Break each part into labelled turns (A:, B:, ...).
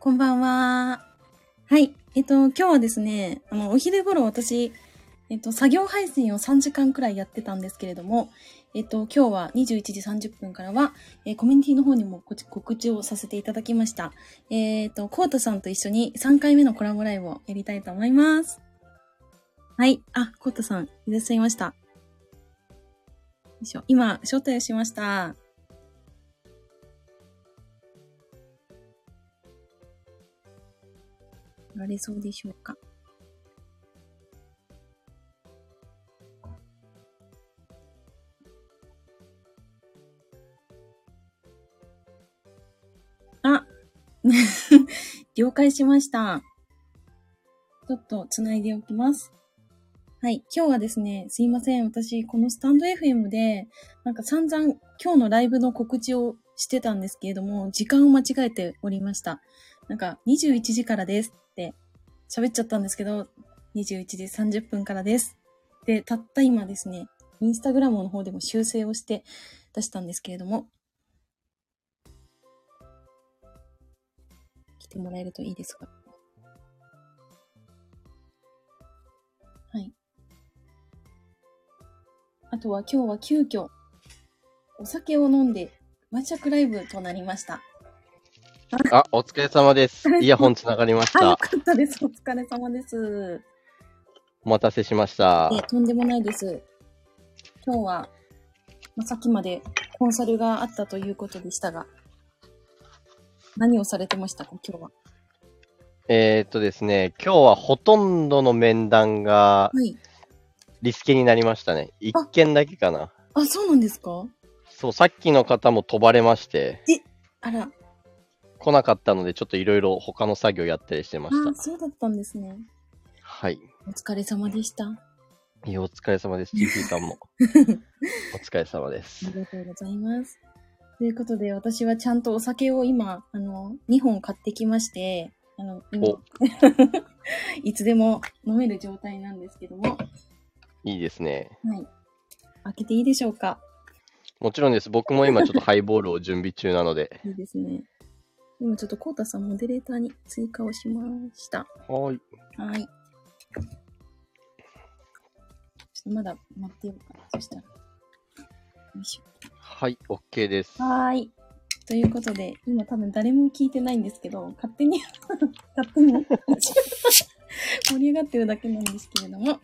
A: こんばんは。はい。えっと、今日はですね、あの、お昼頃私、えっと、作業配信を3時間くらいやってたんですけれども、えっと、今日は21時30分からは、えーコミュニティの方にも告知告知をさせていただきました。えっと、コータさんと一緒に3回目のコラボライブをやりたいと思います。はい。あ、コータさん、いらっしゃいました。よいしょ。今、招待をしました。おられそうでしょうか。あ、 了解しました。ちょっとつないでおきます。はい。今日はですね、すいません。私、このスタンド FM で、なんか散々今日のライブの告知をしてたんですけれども、時間を間違えておりました。なんか、21時からですって喋っちゃったんですけど、21時30分からです。で、たった今ですね、インスタグラムの方でも修正をして出したんですけれども、来てもらえるといいですが。はい。あとは今日は急遽、お酒を飲んで、ワンシャクライブとなりました。
B: あ、お疲れ様 です。イヤホンつながりまし
A: あ、よ
B: た。
A: かったです。お疲れ様です。
B: お待たせしました
A: い。やとんでもないです。今日は、まあさっきまでコンサルがあったということでしたが、何をされてましたか、今日は。
B: えーっとですね、今日はほとんどの面談が
A: はい。
B: リスケになりましたね。一件だけかな。
A: あ、そうなんですか
B: そう、さっきの方も飛ばれまして、
A: あら、
B: 来なかったので、ちょっといろいろ他の作業やったりしてまし
A: あ
B: た。
A: そうだったんですね。
B: はい。
A: お疲れ様でした。あ
B: いや、お疲れ様です。GP さん も。お疲れ様です
A: り。がとうございます。ということで、私はちゃんとお酒を今、あの、2本買ってきまして、あの、今
B: お、
A: いつでも飲める状態なんですけども、
B: いいですね。
A: はい。開けていいでしょうか
B: もちろんです。僕も今ちょっとハイボールを準備中なの で。
A: いいですね。今ちょっとコウタさん、モデレーターに追加をしました。
B: はい。
A: はい。ちょっとまだ待ってようかな。そしたら。よいし
B: はい、OK です
A: ょ。。はーい。ということで、今多分誰も聞いてないんですけど、勝手に、 勝手に 盛り上がってるだけなんですけれども。では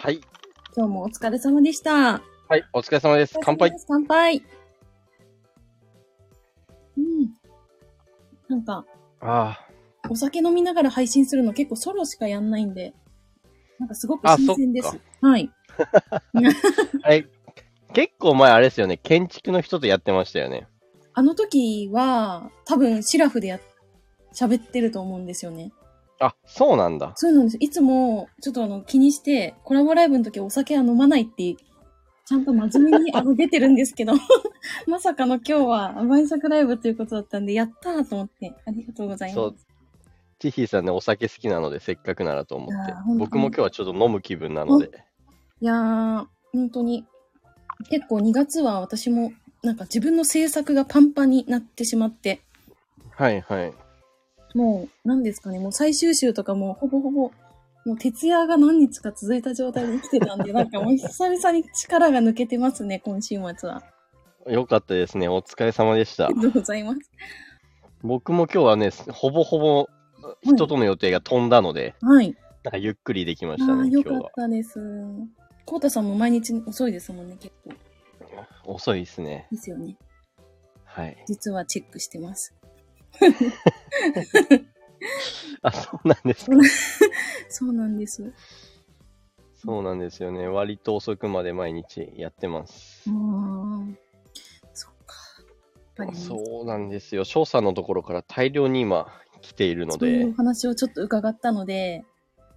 B: はい。
A: 今日もお疲れ様でした。
B: はい、お疲れ様です。乾杯。。
A: 乾杯。うん。なんか、
B: あ
A: お酒飲みながら配信するの結構ソロしかやんないんで、なんかすごく
B: あ
A: 新鮮で
B: そ
A: す
B: っ。
A: はい。
B: あ。はい。結構前あれですよね。建築の人とやってましたよね。
A: あの時は、多分シラフでやっ、喋ってると思うんですよね。
B: あ、そうなんだ。
A: そうなんです。いつも、ちょっとあの、気にして、コラボライブの時はお酒は飲まないって、ちゃんと真面目にあの出てるんですけど、 まさかの今日は、ワイサクライブということだったんで、やったーと思って、ありがとうござい
B: そ
A: ま
B: う
A: す。
B: チヒーさんね、お酒好きなので、せっかくならと思って
A: あー本当。に
B: 僕も今日はちょっと飲む気分なので。
A: いやー、本当に、結構2月は私も、なんか自分の制作がパンパンになってしまって、
B: はいはい。
A: もう、何ですかね、もう最終週とかもうほぼほぼ、もう徹夜が何日か続いた状態で生きてたんで、なんかもう久々に力が抜けてますね、今週末は。
B: よかったですね。お疲れ様でし
A: あ
B: た
A: り。がとうございます。
B: 僕も今日はね、ほぼほぼ人との予定が飛んだので、
A: はい。
B: なんかゆっくりできま
A: あ
B: した
A: あー、
B: ね、今
A: よ
B: 日
A: かっ
B: は。
A: たです。コウタさんも毎日遅いですもんね、結構。
B: 遅いですね。
A: ですよね。
B: はい。
A: 実はチェックしてます。
B: あ、そうなんですか。
A: そうなんです。う
B: そうなんですよね。割と遅くまで毎日やってます
A: ー。ん。そっか。やっぱりね
B: そうなんですよ。翔さんのところから大量に今来ているの
A: そういう
B: で
A: お、話をちょっと伺ったので、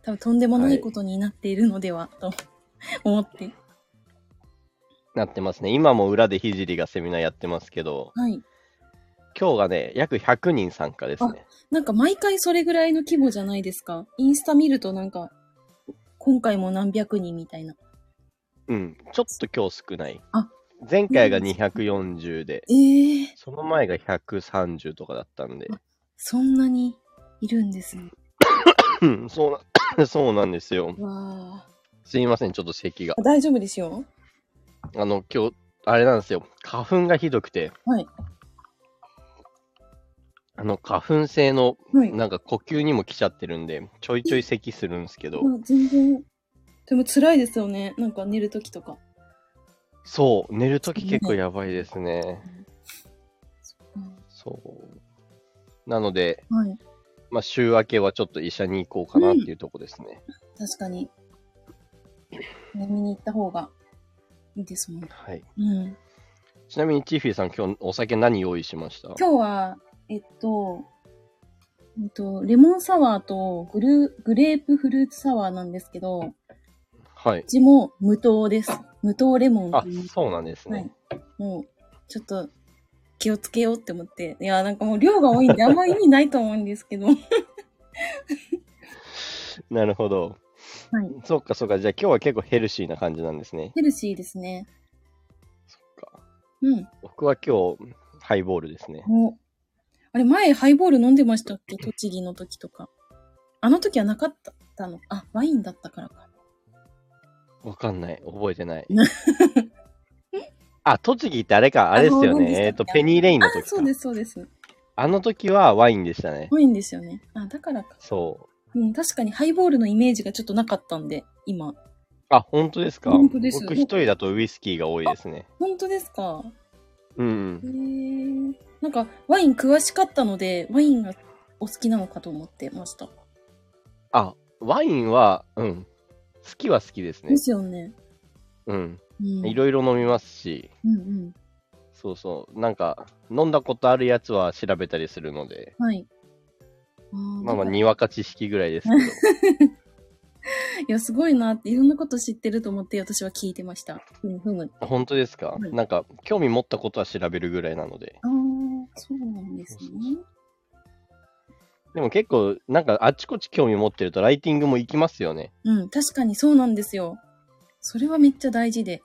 A: 多分とんでもないことになっているのでは、と 思って。
B: なってますね。今も裏でひじりがセミナーやってますけど、
A: はい。
B: 今日がね、約100人参加ですね。
A: なんか毎回それぐらいの規模じゃないですか。インスタ見るとなんか、今回も何百人みたいな。
B: うん。ちょっと今日少ない
A: あ。
B: 前回が
A: そうなんです
B: 240で、
A: ええ
B: その前が130とかだったんで、
A: そんなにいるんですね。
B: うんそうな、 そうなんですよ。
A: わ
B: すいません、ちょっと咳が
A: あ。。大丈夫ですよ。
B: あの、今日、あれなんですよ。花粉がひどくて。
A: はい。
B: あの、花粉性の、
A: はい。
B: なんか呼吸にも来ちゃってるんで、ちょいちょい咳するんですけど、
A: まあ、全然。でも辛いですよね。なんか寝るときとか。
B: そう、寝るとき結構やばいですね。
A: うん
B: そう。なので、
A: はい。
B: まあ、週明けはちょっと医者に行こうかなっていうとこですね。
A: 確か に。飲みに行った方がいいですもん。
B: はい。
A: うん。
B: ちなみに、チーフィーさん、今日お酒何用意しました
A: 今日は、えっと、えっと、レモンサワーとグルグレープフルーツサワーなんですけど、う
B: はい。
A: ちも無糖です。無糖レモン
B: あ
A: っていう、
B: そうなんです
A: は
B: ね
A: い。。もう、ちょっと気をつけようって思って。いや、なんかもう量が多いんであんま意味ないと思うんですけ ど。はい。
B: なるほど。そっかそっか。じゃあ今日は結構ヘルシーな感じなんですね。
A: ヘルシーですね。
B: そっか。
A: うん。
B: 僕は今日、ハイボールですね。
A: おあれ、前ハイボール飲んでましたっけ栃木の時とか。あの時はなかったの。あ、ワインだったからか。
B: わかんない。覚えてない
A: な。
B: あ、栃木ってあれか。あれです
A: あ
B: よ
A: の何でしたっ
B: ね。
A: け
B: えっと、ペニーレインの
A: あ
B: 時、か。
A: そうです、そうです。
B: あの時はワインでしたね。
A: ワインですよね。あ、だからか。
B: そう。
A: うん、確かにハイボールのイメージがちょっとなかったんで、今。
B: あ、本当ですか
A: 本当です
B: 僕一人だとウイスキーが多いですね。
A: 本当ですか
B: うん
A: へえ。なんか、ワイン詳しかったので、ワインがお好きなのかと思ってました。
B: あ、ワインは、うん。好きは好きですね
A: で。すよね。
B: うん。
A: うん。
B: いろいろ飲みますし、
A: うんうん。
B: そうそう。なんか、飲んだことあるやつは調べたりするので、
A: はい。あー
B: まあまあ、
A: だから
B: にわか知識ぐらいですけど。
A: いや、すごいなって、いろんなこと知ってると思って、私は聞いてました。ふむふむ。
B: 本当ですか、
A: はい
B: なんか、興味持ったことは調べるぐらいなので。
A: ああ、そうなんですね。
B: でも結構、なんか、あっちこっち興味持ってると、ライティングも行きますよね。
A: うん、確かにそうなんですよ。それはめっちゃ大事で。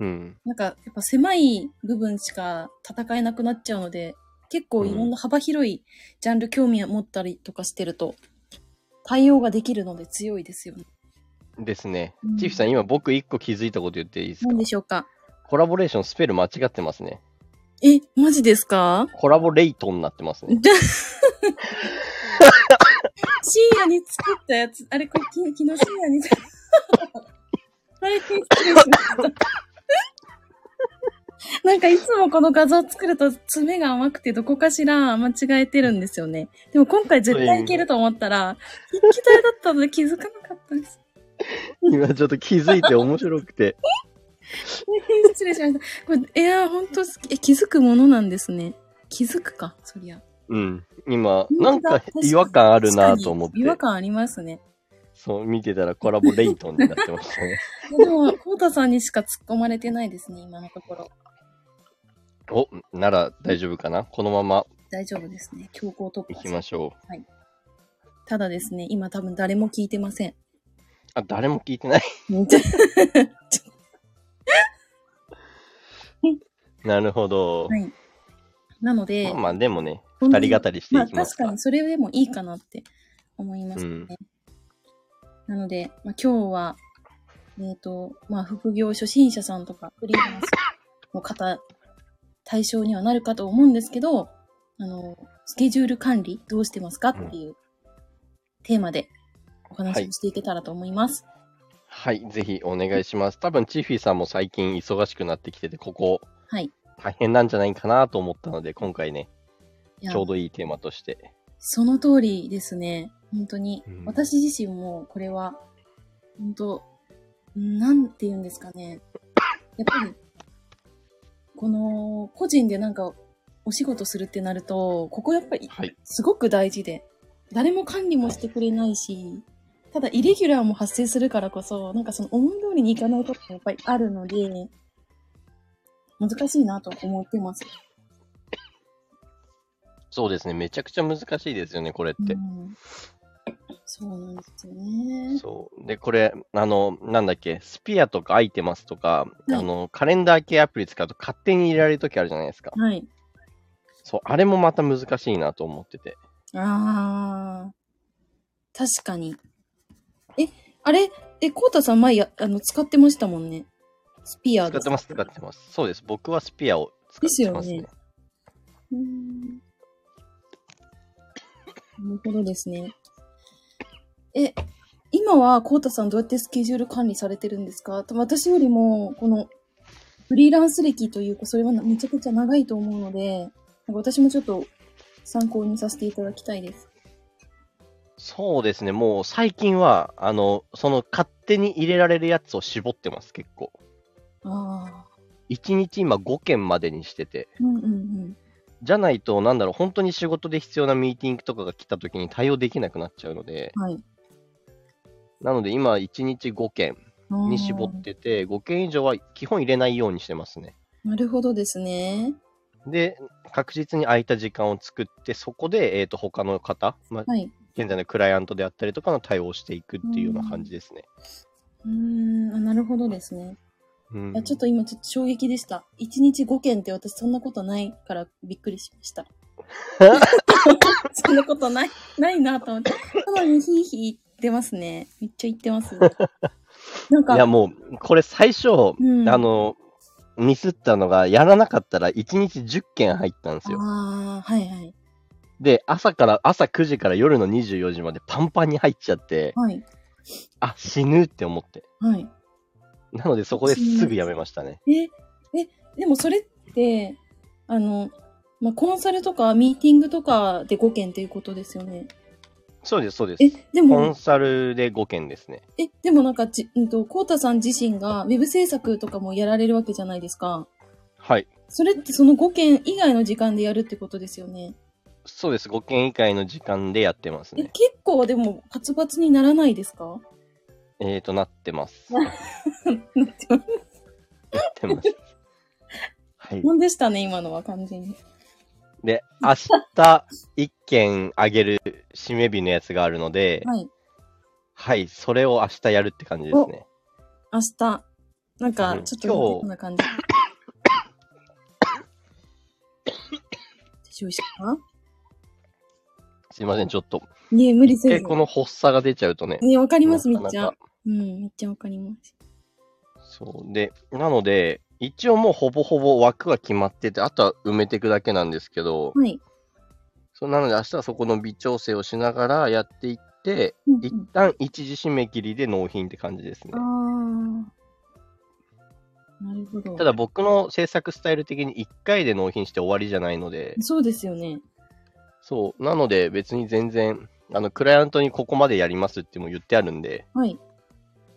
B: うん。
A: なんか、やっぱ狭い部分しか戦えなくなっちゃうので、結構いろんな幅広いジャンル興味を持ったりとかしてると、対応ができるので強いですよね。
B: ですね。
A: うん
B: チーフさん、今僕一個気づいたこと言っていいですか
A: 何でしょうか
B: コラボレーションスペル間違ってますね。
A: え、マジですか
B: コラボレイトになってますね。
A: で深夜に作ったやつ、あれこれ昨日昨日深夜に。大変失礼しました。なんかいつもこの画像作ると爪が甘くてどこかしら間違えてるんですよね。でも今回絶対いけると思ったら、筆記体だったので気づかなかったです。
B: 今ちょっと気づいて面白くて。
A: 大変失礼しました。これ、いやー、ほんと好き、え気づくものなんですね。気づくか、そりゃ。
B: うん。今、
A: 本当だ
B: なんか
A: 確かに
B: 違和感あるなと思っ
A: 確
B: て
A: かに違、和感ありますね。
B: そう見てたらコラボレイトになってましたね。
A: いやでも、コウタさんにしか突っ込まれてないですね、今のところ。
B: お、なら大丈夫かなこのまま
A: 大丈夫ですね。強行突
B: 行き
A: 破。
B: ましょう。
A: ただですね、今多分誰も聞いてません。
B: あ、誰も聞いてない。 なるほど。
A: はい。なので、
B: まあまあでもね、
A: こんな
B: 二人語りして
A: ま
B: い
A: あ
B: きま
A: 確
B: す
A: か
B: か
A: に。それでもいいかなって思いますね。なので、まあ、今日は、えっ、と、まあ副業初心者さんとかフリーランスの方対象にはなるかと思うんですけど、あの、スケジュール管理どうしてますかっていうテーマでお話をしていけたらと思います。
B: はい、ぜひお願いします。多分チーフィーさんも最近忙しくなってきてて、ここ
A: はい。い
B: 大変なんじゃないかなと思ったので、今回ね、
A: や
B: ちょうどいいテーマとして。
A: その通りですね。本当に。
B: うん
A: 私自身もこれは、本当なんて言うんですかね。やっぱり、この、個人でなんか、お仕事するってなると、ここやっぱり、
B: はい。
A: すごく大事で、誰も管理もしてくれないし、ただイレギュラーも発生するからこそ、なんかその思い通りにいかないこともやっぱりあるので、難しいなと思ってます。
B: そうですね、めちゃくちゃ難しいですよね、これって
A: う。ん、そうなんですよね。
B: そう。で、これ、あの、なんだっけ、スピアとかアイテマスとか、
A: い
B: あの、カレンダー系アプリ使うと勝手に入れられるときあるじゃないですか。
A: はい。
B: そう、あれもまた難しいなと思ってて。
A: ああ。確かに。え、あれえ、コウタさん前や、あの、使ってましたもんね。スピア
B: 使
A: ー
B: ってます、使ってます。そうです。僕はスピアを使ってますね。
A: ですようーんなるほどですね。え、今はコウタさんどうやってスケジュール管理されてるんですかと私よりも、この、フリーランス歴というか、それはなめちゃくちゃ長いと思うので、なんか私もちょっと参考にさせていただきたいです。
B: そうですね。もう最近は、あの、その勝手に入れられるやつを絞ってます、結構。
A: ああ。
B: 1日今5件までにしてて。
A: うんうんうん。
B: じゃないと、なんだろう、本当に仕事で必要なミーティングとかが来た時に対応できなくなっちゃうので、
A: はい。
B: なので今1日5件
A: あー
B: に絞ってて、5件以上は基本入れないようにしてますね。
A: なるほどですね。
B: で、確実に空いた時間を作って、そこで、えっ、と、他の方、まあ、
A: はい。
B: 現在のクライアントであったりとかの対応をしていくっていうような感じですね。
A: うーん、あなるほどですね。
B: うん
A: いやちょっと今ちょっと衝撃でした。1日5件って私そんなことないからびっくりしま した。そんなことない、ないなと思って。なのにヒーヒー言ってますね。めっちゃ言って ます。なん
B: いや、
A: か、
B: もう、これ最初、
A: ん
B: あの、ミスったのが、やらなかったら1日10件入ったんですよ。
A: ああ、はいはい。
B: で、朝から、朝9時から夜の24時までパンパンに入っちゃって、
A: はい。
B: あ、死ぬって思って。
A: はい。
B: なので、そこですぐやめましたね。
A: え、え、でもそれって、あの、まあ、コンサルとかミーティングとかで5件っていうことですよね。
B: そうです、そうで
A: え
B: す。、
A: で
B: コ
A: も
B: ン、サルで5件ですね。
A: え、でもなんかじ、うんと、コウタさん自身がウェブ制作とかもやられるわけじゃないですか。
B: はい。
A: それってその5件以外の時間でやるってことですよね。
B: そうです、5件以外の時間でやってます
A: え
B: ね
A: 結。構でも、パツパツにならないです か
B: えーと、なってます。
A: な
B: なって ます。はい。
A: なんでしたね、今のは完全に。
B: で、明日、1件あげる締め日のやつがあるので、
A: はい。
B: はい、それを明日やるって感じですね。
A: 明日、なんか
B: う、ん
A: ちょっと、
B: 今日
A: こんな感じ。大丈夫ですか
B: すいません、ちょっと。
A: ねえ無理せず
B: え、。この発作が出ちゃうとね。
A: ねえわかります、め
B: な
A: っ
B: かな
A: ち
B: か
A: ゃ。うん、めっちゃわかります。
B: そう。で、なので、一応もうほぼほぼ枠は決まってて、あとは埋めていくだけなんですけど、
A: はい。
B: そうなので明日はそこの微調整をしながらやっていって、
A: うん
B: 一旦一時締め切りで納品って感じですね
A: あ。あー。なるほど。
B: ただ僕の制作スタイル的に1回で納品して終わりじゃないので、
A: そうですよね。
B: そう。なので別に全然、あの、クライアントにここまでやりますっても言ってあるんで、
A: はい。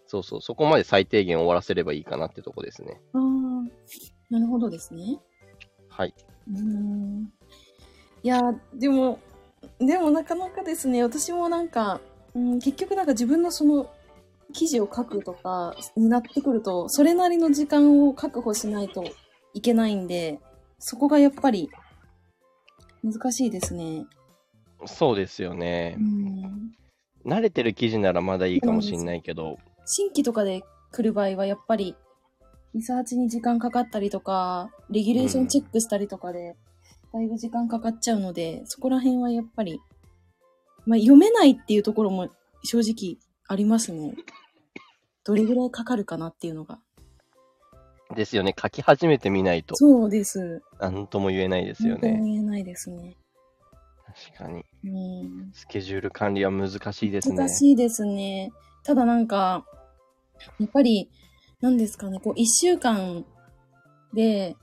B: そうそう、そこまで最低限終わらせればいいかなってとこですね。
A: ああ、なるほどですね。
B: はい。
A: うーん。いやー、でも、でもなかなかですね、私もなんか、うん、結局なんか自分のその記事を書くとかになってくると、それなりの時間を確保しないといけないんで、そこがやっぱり難しいですね。
B: そうですよね
A: う。ん。
B: 慣れてる記事ならまだいいかもしれないけど、
A: 新規とかで来る場合はやっぱりリサーチに時間かかったりとかレギュレーションチェックしたりとかで、だいぶ時間かかっちゃうのでそこら辺はやっぱり、まあ、読めないっていうところも正直ありますねどれぐらいかかるかなっていうのが
B: ですよね。書き始めてみないと、
A: そうです
B: なんとも言えないですよ
A: 何とも
B: ね。
A: 言えないですね
B: 確かに。
A: うん
B: スケジュール管理は難しいですね
A: 難。しいですね。ただなんか、やっぱり、何ですかね、こう、一週間で、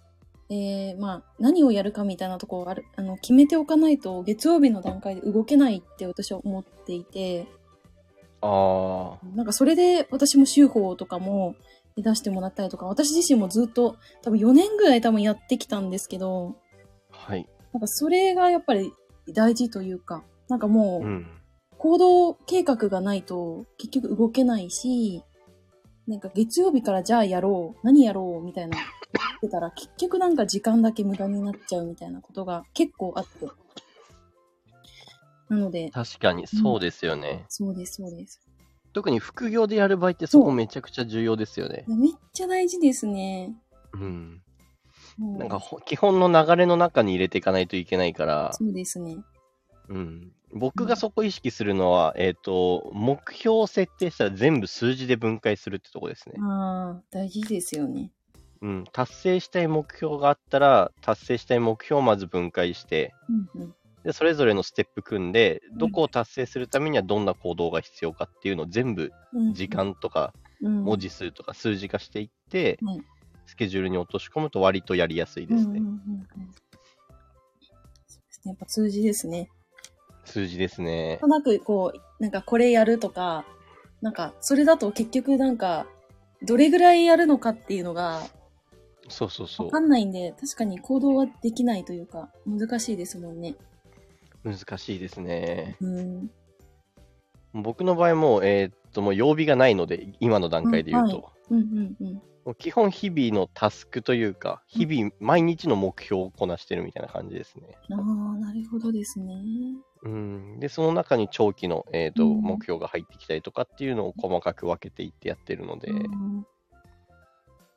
A: えー、まあ、何をやるかみたいなとこをある、あの、決めておかないと、月曜日の段階で動けないって私は思っていて、
B: あ
A: なんかそれで私も修法とかも出してもらったりとか、私自身もずっと、多分4年ぐらい多分やってきたんですけど、
B: あ、はい。
A: なんかそれがやっぱり大事というか、なんかもう、
B: うん。
A: 行動計画がないと結局動けないし、なんか月曜日からじゃあやろう、何やろうみたいな、ってたら結局なんか時間だけ無駄になっちゃうみたいなことが結構あって。なので、
B: 確かに、そうですよね。
A: そうです、そうです。
B: 特に副業でやる場合って
A: そう
B: そこめちゃくちゃ重要ですよね
A: い。やめっちゃ大事ですね。
B: うん。
A: もう
B: なんかほ基本の流れの中に入れていかないといけないから、
A: そうですね。
B: うん、僕がそこ意識するのは、えっ、と、目標を設定したら全部数字で分解するってとこですね。
A: ああ、大事ですよね。
B: うん、達成したい目標があったら、達成したい目標をまず分解して、
A: うんうん。
B: で、それぞれのステップ組んで、
A: うん
B: どこを達成するためにはどんな行動が必要かっていうのを全部
A: うん
B: 時、間とか
A: うん、
B: 文字数とか数字化していって、
A: はい
B: スケジュールに落とし込むと割とやりやすいですね。
A: うんうんうんうんそうですね。やっぱ数字ですね。
B: 数字ですね
A: なんと。なくこう、なんかこれやるとか、なんかそれだと結局なんか、どれぐらいやるのかっていうのが
B: そうそうそ
A: わ
B: う
A: か。んないんで、確かに行動はできないというか、難しいですもんね。
B: 難しいですね。
A: うん。
B: 僕の場合も、えーっと、もう曜日がないので、今の段階で言うと、
A: うんうんうんうん。
B: もう基本日々のタスクというか、日々毎日の目標をこなしてるみたいな感じですね。
A: ああ、なるほどですね。
B: うん、で、その中に長期の、えーっと
A: うん
B: 目標が入ってきたりとかっていうのを細かく分けていってやってるので、も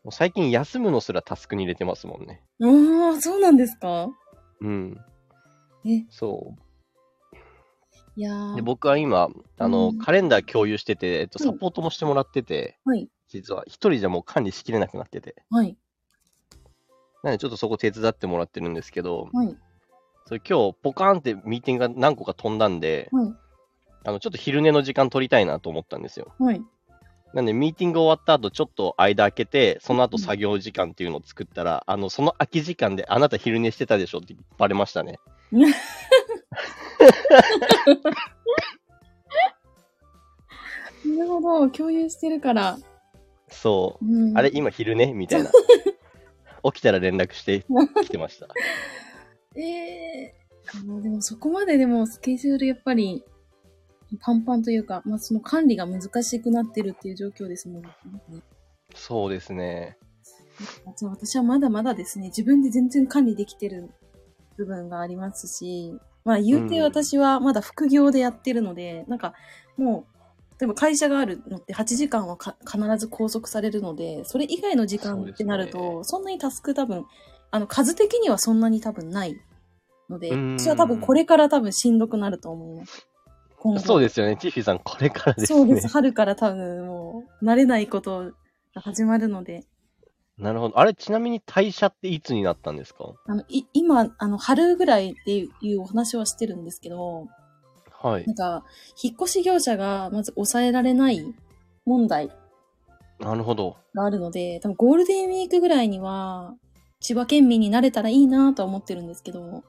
B: う最近休むのすらタスクに入れてますもんね。
A: うん、ああ、そうなんですか
B: うん。
A: え
B: そう。
A: いやー
B: で僕は今あの、
A: うん
B: カレンダー共有してて、えっと、
A: うん
B: サポートもしてもらってて、
A: はい、
B: 実は一人じゃもう管理しきれなくなってて
A: はい、
B: なのでちょっとそこ手伝ってもらってるんですけど、
A: はい、
B: それ今日ポカーンってミーティングが何個か飛んだんで、
A: はい、
B: あのちょっと昼寝の時間取りたいなと思ったんですよ
A: はい。
B: なんでミーティング終わった後ちょっと間空けてその
A: う
B: 後
A: ん
B: 作業時間っていうのを作ったら、あのその空き時間であなた昼寝してたでしょってバレましたね
A: なるほど、共有してるから。
B: そうう、
A: ん、
B: あれ今昼寝み たいな起きたら連絡してきてました
A: ええあのでもそこまででもスケジュールやっぱりパンパンというか、まあその管理が難しくなってるっていう状況ですもんね。
B: そうですね
A: あじゃあ私はまだまだですね、自分で全然管理できてる部分がありますし、まあ言うて
B: うん
A: 私はまだ副業でやってるので、なんかもう、例えば会社があるのって8時間はか必ず拘束されるので、それ以外の時間ってなると、
B: そうです
A: そんなにタスク多分、あの数的にはそんなに多分ないので、
B: うん
A: 私は多分これから多分しんどくなると思います。今後
B: そうですよね。ティフィさん、これからですね。
A: そうです。春から多分もう慣れないことが始まるので、
B: なるほど。あれ、ちなみに退社っていつになったんですか
A: あの、い、今、あの、春ぐらいっていうお話はしてるんですけど、
B: はい
A: なん。か、引っ越し業者がまず抑えられない問題
B: なるほど。
A: があるので、多分ゴールデンウィークぐらいには、千葉県民になれたらいいなとは思ってるんですけど、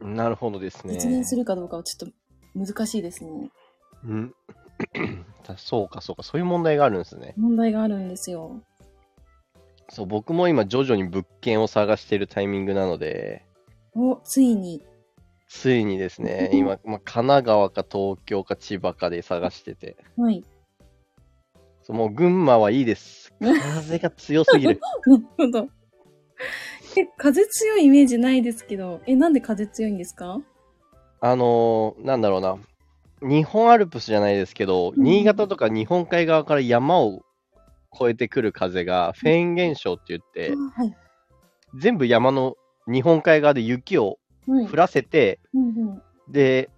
B: なるほどですね。
A: 実現するかどうかはちょっと難しいですね。
B: うん。 たそうか、そうか。そういう問題があるんですね。
A: 問題があるんですよ。
B: そう、僕も今、徐々に物件を探しているタイミングなので、
A: お、ついに。
B: ついにで すね、今、まあ、神奈川か東京か千葉かで探してて、
A: はい。
B: そうもう群馬はいいです。風が強すぎる。
A: なるほど。え、風強いイメージないですけど、え、なんで風強いんですか
B: あのーなんだろうな、日本アルプスじゃないですけど、
A: うん
B: 新潟とか日本海側から山を越えてくる風がフェーン現象って言って、
A: あはい。
B: 全部山の日本海側で雪を
A: はい
B: 降。らせて、
A: うんうん。
B: で、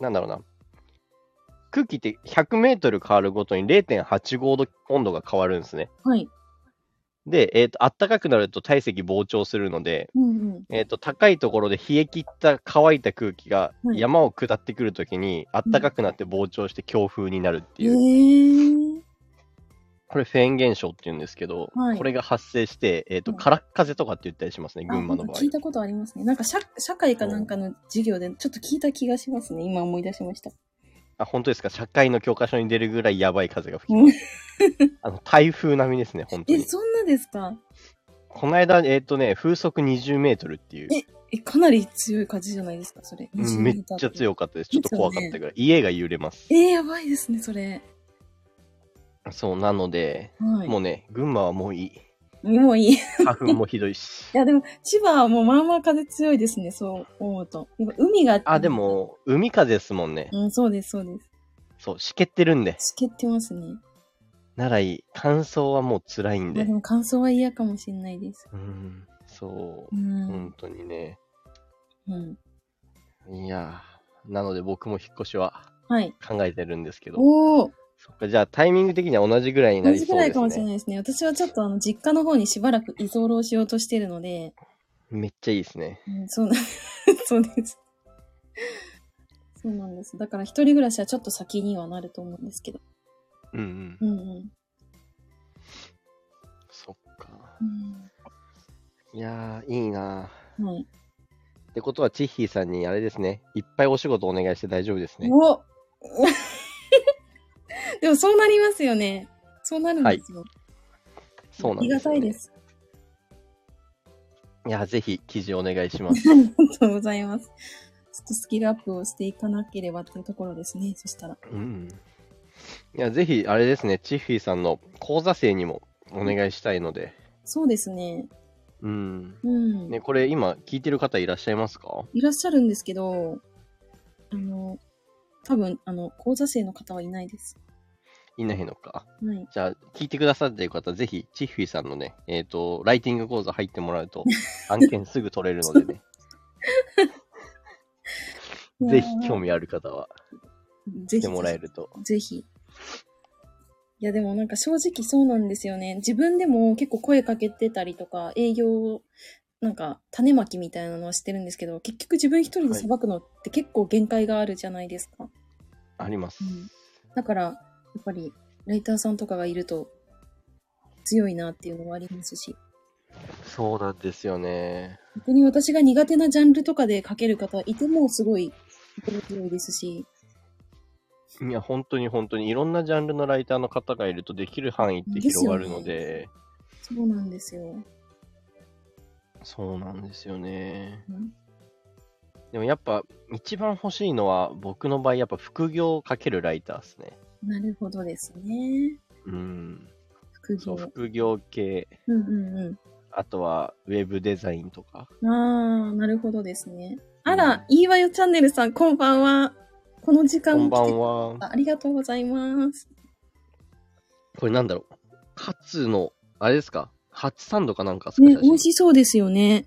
B: なんだろうな、空気って100メートル変わるごとに0.85度温度が変わるんですね。
A: はい。
B: で、えっ、と、暖かくなると体積膨張するので、
A: うんうん。
B: えっと高いところで冷え切った乾いた空気が
A: はい
B: 山を下ってくるときに暖かくなって膨張して強風になるって
A: え
B: いう、
A: ー、
B: これフェーン現象って言うんですけど、
A: はい
B: これが発生して、えっと
A: はい
B: 空っ風とかって言ったりしますね群馬
A: あな
B: の
A: ん
B: 場
A: か
B: 合
A: 聞いたことありますね。なんか社社会かなんかの授業でちょっと聞いた気がしますね。今思い出しました。
B: あ本当ですか社会の教科書に出るぐらいやばい風が吹きますあの台風並みですね本当
A: え、
B: に
A: そんなですか
B: この間えっ、とね風速20メートルっていう、
A: え、かなり強い感じじゃないですか、それ。
B: うんめっちゃ
A: い。
B: 強かったですちょっと怖かったぐらい、家が揺れます
A: えー、やばいですね、それ。
B: そうなので、
A: はい。
B: も
A: も
B: うね群馬はもういい
A: ういい。い
B: 花粉もひどいし
A: や、でも、千葉はもうまあまあ風強いですね、そう思うと。今海が。
B: あ、で。も、海風ですもんね。
A: うん、そうです、そうで
B: そう、湿気ってるんで。
A: す。湿気ってますね。
B: ならいい。乾燥はもう辛いん
A: まあ
B: で
A: で。も乾燥は嫌かもしれないです。
B: うん。そうう。
A: ん。
B: 本当にね。
A: うん。
B: いやーなので僕も引っ越しは
A: はい。
B: 考えてるんですけど。
A: おお、
B: そっか、じゃあタイミング的には同じぐらいにな
A: 同
B: り
A: じ
B: そ
A: ぐ
B: う
A: らい
B: で
A: か
B: す
A: もしれな
B: ね。
A: いですね。私はちょっとあの、実家の方にしばらく居候しようとしてるので、
B: めっちゃいいですね。
A: うん、そうなん そうです。そうなんです。だから一人暮らしはちょっと先にはなると思うんですけど。
B: うんうん。
A: うんうん。
B: そっか。
A: う
B: いやー、いいなー。
A: ん、はい。
B: ってことは、チッヒーさんにあれですね、いっぱいお仕事お願いして大丈夫ですね。
A: お でもそうなりますよね。そうなるんですよ。
B: そうなん
A: あり
B: で
A: が
B: す、ね。
A: たいで。す。
B: いや、ぜひ記事お願いします。
A: ありがとうございます。ちょっとスキルアップをしていかなければっていうところですね。そしたら。
B: うん。いや、ぜひ、あれですね、チッヒーさんの講座生にもお願いしたいので。
A: そうですね。
B: うん。
A: うん。
B: ね、これ今、聞いてる方いらっしゃいますか
A: いらっしゃるんですけど、あの、多分、あの、講座生の方はいないです。
B: いないのか。
A: はい。
B: じゃあ、聞いてくださってる方、ぜひ、チッヒーさんのね、えっ、と、ライティング講座入ってもら うと、案件すぐ取れるのでね、ぜひ興味ある方は
A: 味
B: 来てもらえると。
A: ぜひ。いや、でもなんか正直そうなんですよね。自分でも結構声かけてたりとか、営業、なんか種まきみたいなのはしてるんですけど、結局自分一人でさばくのって結構限界があるじゃないですか。
B: あります。
A: うんだから、やっぱりライターさんとかがいると強いなっていうのもありますし、
B: そうなんですよね。
A: 逆に私が苦手なジャンルとかで書ける方いてもすごい心強いですし、
B: いや、本当に本当にいろんなジャンルのライターの方がいるとできる範囲って広がるので、
A: そうなんですよ。
B: そうなんですよね。
A: うん
B: でもやっぱ一番欲しいのは僕の場合やっぱ副業をかけるライターですね。
A: なるほどですね。
B: うん。
A: 副
B: そう、
A: 業。
B: 副業系、
A: うんうんうん。
B: あとはウェブデザインとか。
A: ああ、なるほどですね。あ
B: うん
A: ら、いいわよチャンネルさん、こんばんは。この時間
B: こんば
A: 来てく
B: ん
A: れ
B: は。
A: たありがとうございます。
B: これなんだろう。カツの、あれですか初サンドかなんかですか
A: ね、
B: 写
A: 美
B: 真
A: 味しそうですよね。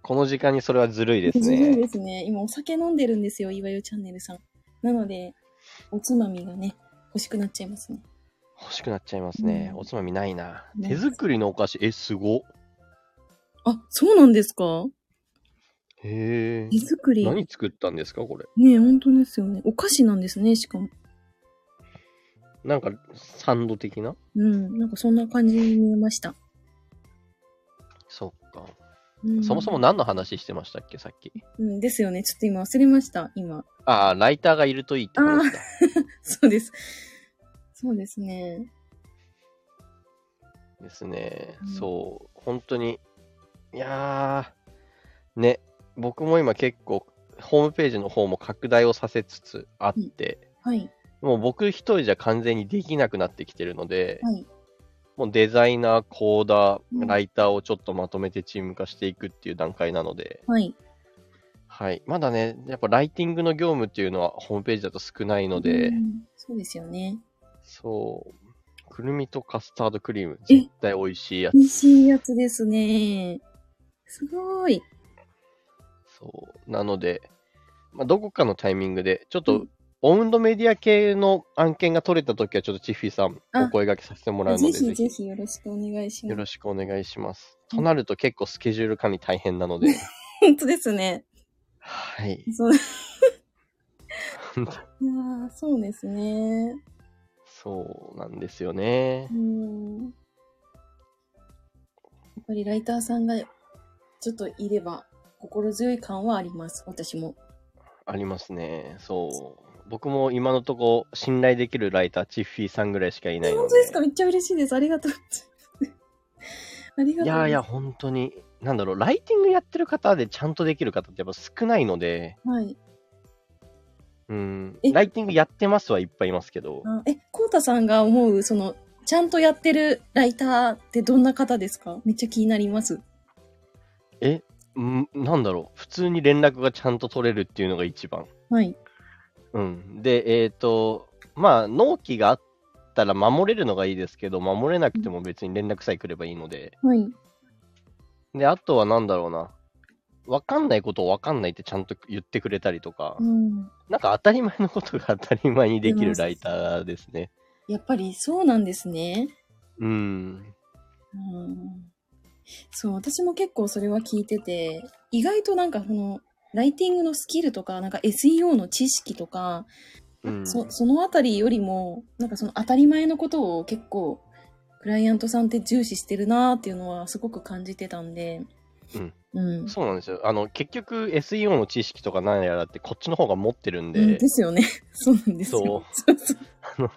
B: この時間にそれはずるいです
A: 面白い
B: ね。
A: ですね。今お酒飲んでるんですよ、いわよチャンネルさん。なので、おつまみがね、欲しくなっちゃいますね。
B: 欲しくなっちゃいますね。
A: うん
B: おつまみないな。
A: ね
B: 手作りのお菓子、え、すごっ。
A: あ、そうなんですか
B: へえ
A: 手。作り。
B: 何作ったんですかこれ。
A: ね本当ですよね。お菓子なんですね、しかも。
B: なんか、サンド的な
A: うん、なんかそんな感じに見えました。
B: そっか。
A: うん、
B: そもそも何の話してましたっけさっき。
A: うん、ですよね。ちょっと今忘れました、今。
B: ああ、ライターがいるといいって話だ。
A: そうです。そうですね。
B: ですね
A: うん。
B: そう。本当に。いやー。ね。僕も今結構、ホームページの方も拡大をさせつつあって、
A: はい、
B: もう僕一人じゃ完全にできなくなってきてるので、
A: はい。
B: もうデザイナー、コーダ
A: うん
B: ー、ライターをちょっとまとめてチーム化していくっていう段階なので、
A: はい。
B: はい。まだね、やっぱライティングの業務っていうのはホームページだと少ないので、
A: うんそうですよね。
B: そう。くるみとカスタードクリーム、
A: え
B: 絶対美味しいやつ。
A: 美味しいやつですね。すごい。
B: そう。なので、まあ、どこかのタイミングで、ちょっ
A: う
B: と
A: ん、
B: オウンドメディア系の案件が取れたときは、ちょっとチッフィーさん、
A: あ
B: お声掛けさせてもらうの
A: ぜ
B: で、
A: ひ
B: ぜ
A: ぜ
B: ひ、
A: ひよろしくお願いし
B: よ
A: ま
B: ろ
A: す。
B: しくお願いします。
A: うん
B: となると結構スケジュール管理大変なので、
A: 本当ですね。
B: はい。
A: そういやーそうですね。
B: そうなんですよね
A: う。ん。やっぱりライターさんがちょっといれば心強い感はあります。私も。
B: ありますね。そう。僕も今のとこ信頼できるライター、チッフィーさんぐらいしかいないので。
A: 本当ですかめっちゃ嬉しいです。ありがとう。ありがとう。
B: いやいや、。本当に、なんだろう、ライティングやってる方でちゃんとできる方ってやっぱ少ないので、
A: はい。
B: うん
A: え、
B: ライティングやってますはいっぱいいますけど、
A: あえ、こうたさんが思う、その、ちゃんとやってるライターってどんな方ですかめっちゃ気になります。
B: うん、なんだろう、普通に連絡がちゃんと取れるっていうのが一番。
A: はい。
B: うん。で、えっ、と、まあ、納期があったら守れるのがいいですけど、守れなくても別に連絡さえ来ればいいので、
A: はい。
B: で、あとはなんだろうな。わかんないことをわかんないってちゃんと言ってくれたりとか、
A: うん。
B: なんか当たり前のことが当たり前にできるライターですね。
A: やっぱりそうなんですね。
B: うん。
A: うん。そう、私も結構それは聞いてて、意外となんかその、ライティングのスキルとか、なんか SEO の知識とか、
B: うん、
A: そそのあたりよりも、なんかその当たり前のことを結構、クライアントさんって重視してるなーっていうのはすごく感じてたんで、
B: うん。
A: うん。
B: そうなんですよ。あの、結局 SEO の知識とか何やらってこっちの方が持ってるん
A: うん
B: で
A: で、すよね。 そうなんですよ。そうそう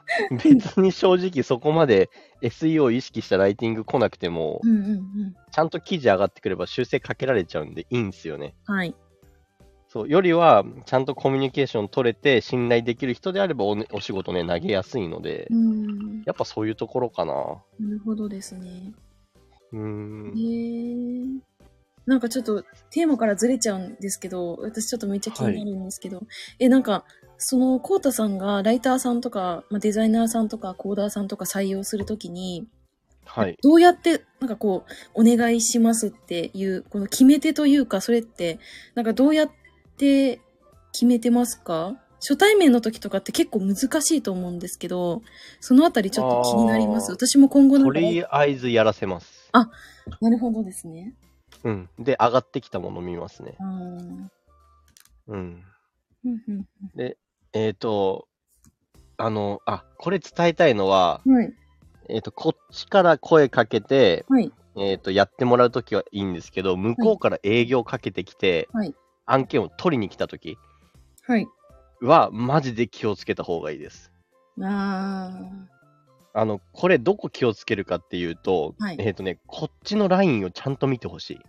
B: 別に正直そこまで SEO を意識したライティング来なくても、
A: うんうん
B: ちゃんと記事上がってくれば修正かけられちゃうんでいいんですよね。
A: うん。はい。
B: そう、よりは、ちゃんとコミュニケーション取れて、信頼できる人であればお,、お仕事ね、投げやすいので、
A: うん。な
B: やっぱそういうところかな。
A: るほどですね。
B: うー
A: へ
B: ん。
A: ー。なんかちょっとテーマからずれちゃうんですけど、私ちょっとめっちゃ気になるんですけど、え、なんか、その、コータさんがライターさんとか、まあ、デザイナーさんとか、コーダーさんとか採用するときに、
B: はい。
A: どうやって、なんかこう、お願いしますっていう、この決め手というか、それって、なんかどうやって決めてますか初対面の時とかって結構難しいと思うんですけど、そのあたりちょっと気になります。
B: あー
A: 私も今後なん
B: と
A: か、
B: りあえずやらせます。
A: なるほどですね。
B: うん。で、上がってきたもの見ますね。
A: あー
B: うん。
A: うんうん
B: えっ、と、あの、あ、これ伝えたいのは、
A: うんはい。
B: えっ、と、こっちから声かけて、
A: はい。
B: えっ、と、やってもらうときはいいんですけど、向こうから営業かけてきて、
A: はい
B: 案件を取りに来たとき
A: はい。
B: は、マジで気をつけた方がいいです。
A: あ
B: あの、これどこ気をつけるかっていうと、
A: はい
B: えっ、とね、こっちのラインをちゃんと見てほしい。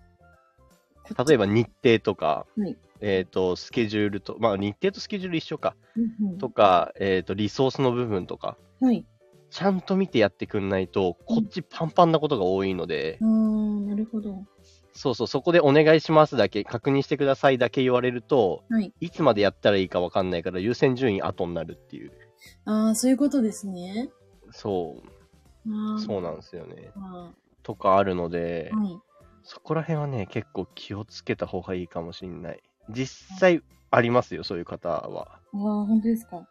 A: ー。
B: 例え
A: ば、
B: ば日程とか、
A: はい
B: えっ、と、スケジュールと、まあ日程とスケジュール一緒か、
A: うんうん
B: とか、えっ、と、リソースの部分とか、
A: はい。
B: ちゃんと見てやってくんないと、こっちパンパンなことが多いので、
A: あーなるほど。
B: そうそう、そこでお願いしますだけ、確認してくださいだけ言われると、
A: はい。
B: いつまでやったらいいかわかんないから、優先順位後になるっていう。
A: ああ、そういうことですね。
B: そ
A: あ
B: う、
A: ー
B: そうなんですよね。
A: あ
B: とかあるので
A: ー、はい。
B: そこら辺はね、結構気をつけた方がいいかもしれない。実際ありますよ、そういう方は。
A: ああ、本当ですか。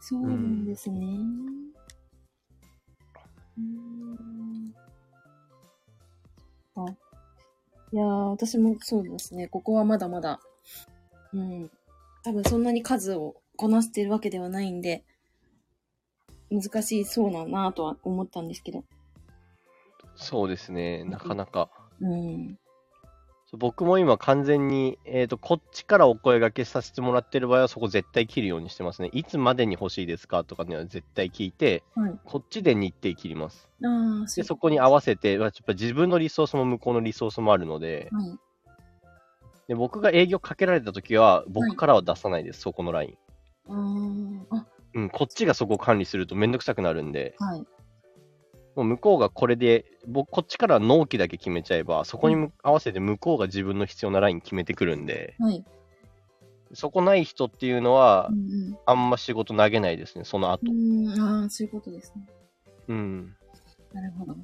A: そうなんですね。うーんあいやー、私もそうですね。ここはまだまだ、うん。多分そんなに数をこなしてるわけではないんで、難しいそうだなぁとは思ったんですけど。
B: そうですね、
A: ん
B: なかなか。
A: うん。
B: 僕も今完全に、えっ、と、こっちからお声掛けさせてもらってる場合は、そこ絶対切るようにしてますね。いつまでに欲しいですかとかには絶対聞いて、
A: はい。
B: こっちで日程切ります。
A: ああ、そ
B: で、
A: う
B: そこに合わせて、まあやっぱ自分のリソースも向こうのリソースもあるので、
A: はい。
B: で僕が営業かけられた時は、僕からは出さないです、そこのライン。
A: あーあ、
B: うん、こっちがそこを管理するとめんどくさくなるんで、
A: はい。
B: もう向こうがこれで、僕、こっちから納期だけ決めちゃえば、そこにむ合わせて向こうが自分の必要なライン決めてくるんで、
A: はい。
B: そこない人っていうのは
A: う、ん
B: あんま仕事投げないですね、その後。
A: うん。うん、ああ、そういうことですね。
B: うん。
A: なるほど。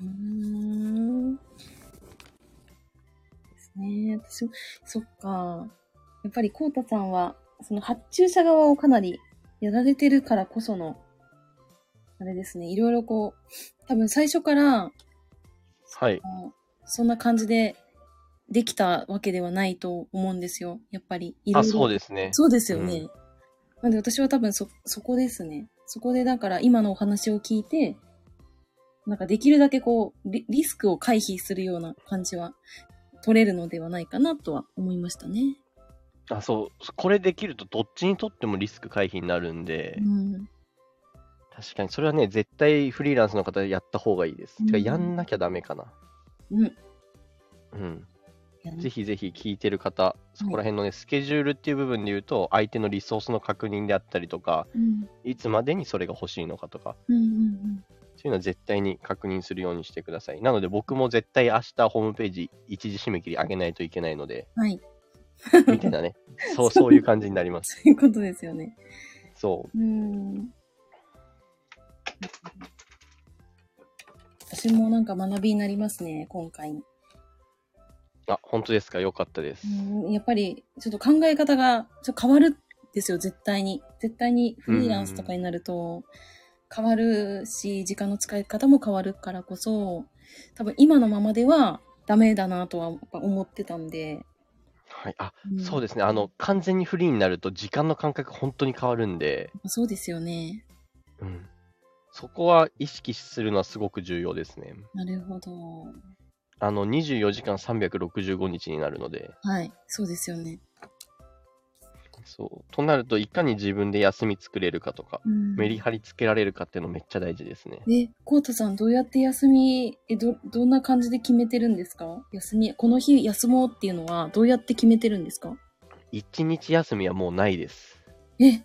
A: うーん。ですね。私も、そっか。やっぱり、こうたさんは、その発注者側をかなりやられてるからこその、あれですね。いろいろこう、多分最初から、
B: はい。
A: あそんな感じでできたわけではないと思うんですよ。やっぱり、いろ
B: あ、
A: いろ
B: そうですね。
A: そうですよね。
B: う
A: なんで私は多分そ、そこですね。そこでだから今のお話を聞いて、なんかできるだけこう、リリスクを回避するような感じは取れるのではないかなとは思いましたね。
B: あ、そう。これできると、どっちにとってもリスク回避になるんで、
A: うん。
B: 確かに、それはね、絶対フリーランスの方やった方がいいです。
A: うん
B: てか、やんなきゃダメかな。
A: うん。
B: うん。
A: やる
B: ぜひぜひ聞いてる方、そこら辺のね、スケジュールっていう部分で言うと、相手のリソースの確認であったりとか、
A: うん。
B: いつまでにそれが欲しいのかとか、
A: うんうん
B: そういうのは絶対に確認するようにしてください。なので僕も絶対明日ホームページ一時締め切り上げないといけないので、
A: うん。はい。
B: みたいなね。そう、そういう感じになります。
A: そういうことですよね。
B: そう。
A: うん。私もなんか学びになりますね、今回。う
B: あ、本当ですか。よかったです。
A: んやっぱり、ちょっと考え方がちょっと変わるんですよ、絶対に。絶対にフリーランスとかになると、変わるし、時間の使い方も変わるからこそ、多分今のままではダメだなとはやっぱ思ってたんで。
B: はい。あ、
A: うん
B: そうですね。あの、完全にフリーになると時間の感覚本当に変わるんで、
A: そうですよね。
B: うん。そこは意識するのはすごく重要ですね。
A: なるほど。
B: あの、24時間365日になるので、
A: はい、そうですよね。
B: そう。となると、いかに自分で休み作れるかとか、
A: うん
B: メリハリつけられるかっていうのめっちゃ大事ですね。
A: え、コウタさん、どうやって休み、え、ど、どんな感じで決めてるんですか休み、この日休もうっていうのは、どうやって決めてるんですか
B: 一日休みはもうないです。
A: え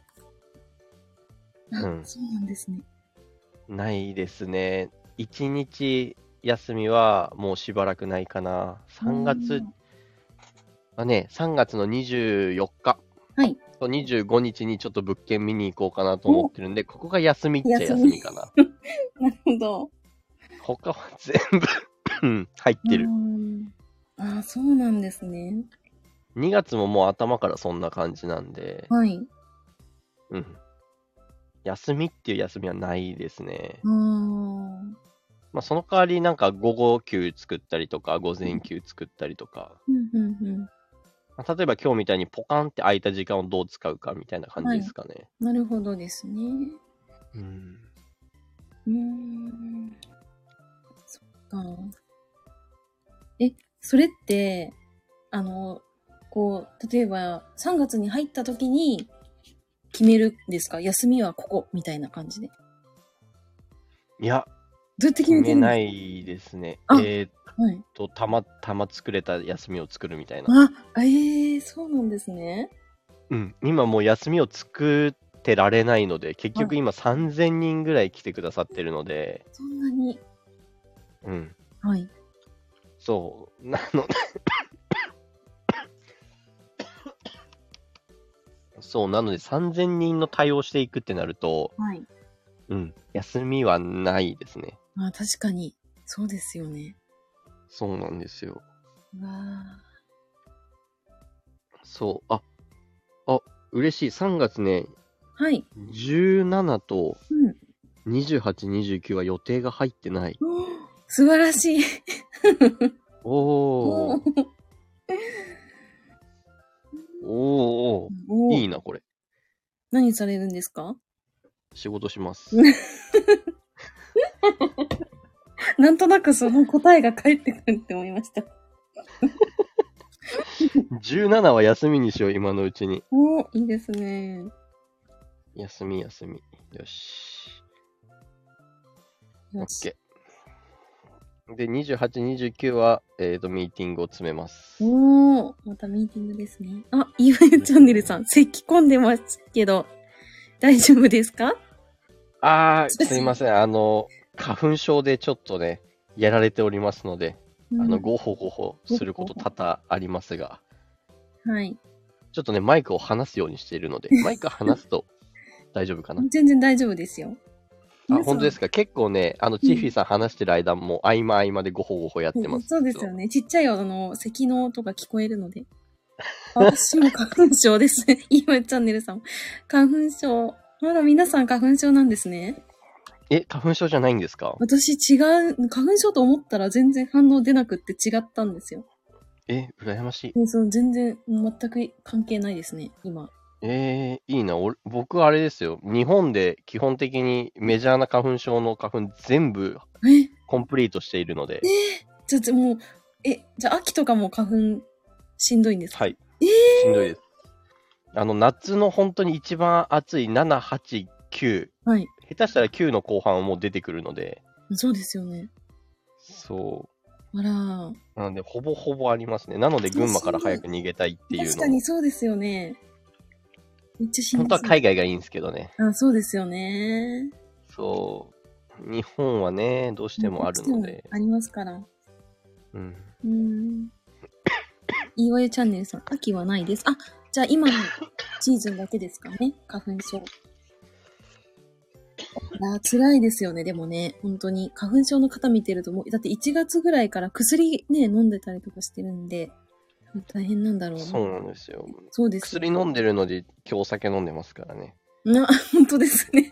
A: あ、
B: うん
A: そうなんですね。
B: ないですね。一日休みはもうしばらくないかな。3月はね、3月の24日
A: はい。
B: と25日にちょっと物件見に行こうかなと思ってるんで、ここが休みっちゃ休
A: 休み
B: みかな。
A: なるほど。
B: 他は全部うん入って
A: う
B: る。
A: んあー、そうなんですね。
B: 2月ももう頭からそんな感じなんで、
A: はい。
B: うん。休みっていう休みはないですね。
A: あー
B: まあ、その代わりなんか午後休作ったりとか、午前休作ったりとか、
A: うんうんうん。
B: まあ例えば今日みたいにポカンって空いた時間をどう使うかみたいな感じですかね。
A: なるほどですね。
B: うん。
A: うーん。そっか。え、それって、あの、こう、例えば3月に入った時に決めるんですか休みはここみたいな感じで。ど
B: いや、
A: うやって決
B: 決
A: めて
B: め
A: るん
B: な
A: で
B: いですね。
A: あ
B: えーっ
A: すかはい。
B: と、たまたま作れた休みを作るみたいな。
A: あ、ええそうなんですね。
B: うん。今もう休みを作ってられないので、結局今3000人ぐらい来てくださってるので、
A: そんなに。
B: うん。
A: はい。
B: そう。なので そう、なので3000人の対応していくってなると、
A: はい。
B: うん、休みはないですね。
A: まあ確かに、そうですよね。
B: そうなんですよ。
A: うわあ。
B: そう。あ、あ、嬉しい。3月ね、
A: はい。
B: 17と
A: うん。
B: 28、29は予定が入ってない。
A: 素晴らしい。
B: おー、おー、
A: お
B: お
A: ー
B: ーいいな、これ。
A: 何されるんですか
B: 仕事します。
A: なんとなくその答えが返ってくるって思いました。
B: 17は休みにしよう、今のうちに。
A: おーいいですね。
B: 休み、休み。よし。
A: よし
B: OK。で、28、29は、えっ、と、ミーティングを詰めます。
A: おーまたミーティングですね。あ、イーブンチャンネルさん、咳き込んでますけど、大丈夫ですか
B: あー、すいません。あの、花粉症でちょっとね、やられておりますので、
A: あ
B: あの、ごほごほすること多々ありますが、
A: はい。
B: ちょっとね、マイクを離すようにしてい るので、マイク離すと大丈夫かな。
A: 全然大丈夫ですよ。
B: あ、本当です
A: か
B: か。結構ね、あの、チーフィーさん話してる間も、合間合間でごほごほやってます。
A: そうですよね。ちっちゃい、あの、咳の音が聞こえるの で。私も花粉症です。 イーブンチャンネルさん。花粉症。まだ皆さん花粉症なんですね。
B: え、花粉症じゃないんですか
A: 私違う、花粉症と思ったら全然反応出なくって違ったんですよ。
B: え、羨ましい。
A: でその全然、全く関係ないですね、今。
B: えー、いいな。俺、僕はあれですよ。日本で基本的にメジャーな花粉症の花粉全部
A: え
B: コンプリートしているので、
A: じゃあ、じゃあもう、え、じゃあ秋とかも花粉しんどいんですか
B: はい。しんどいです。あの、夏の本当に一番暑い7、8、9、
A: はい。
B: 下手したら9の後半はもう出てくるので、
A: そうですよね。
B: そ
A: あら、
B: う。なので、ほぼほぼありますね。なので、群馬から早く逃げたいっていう
A: 確かに
B: の。
A: そうですよね。めっちゃしん
B: 本当
A: どい
B: は。海外がいいんですけどね。
A: あ、そうですよね。
B: そう。日本はね、どうしてもあるので。
A: ありますから。
B: うん。
A: うん。いいわゆチャンネルさん、秋はないです。あ、じゃあ今のシーズンだけですかね、花粉症。いやー、辛いですよね、でもね、本当に。花粉症の方見てると、もう、だって1月ぐらいから薬ね、飲んでたりとかしてるんで、大変なんだろう。
B: そうなんですよ。
A: そうです。
B: 薬飲んでるので、今日お酒飲んでますからね。
A: な、本当です ね。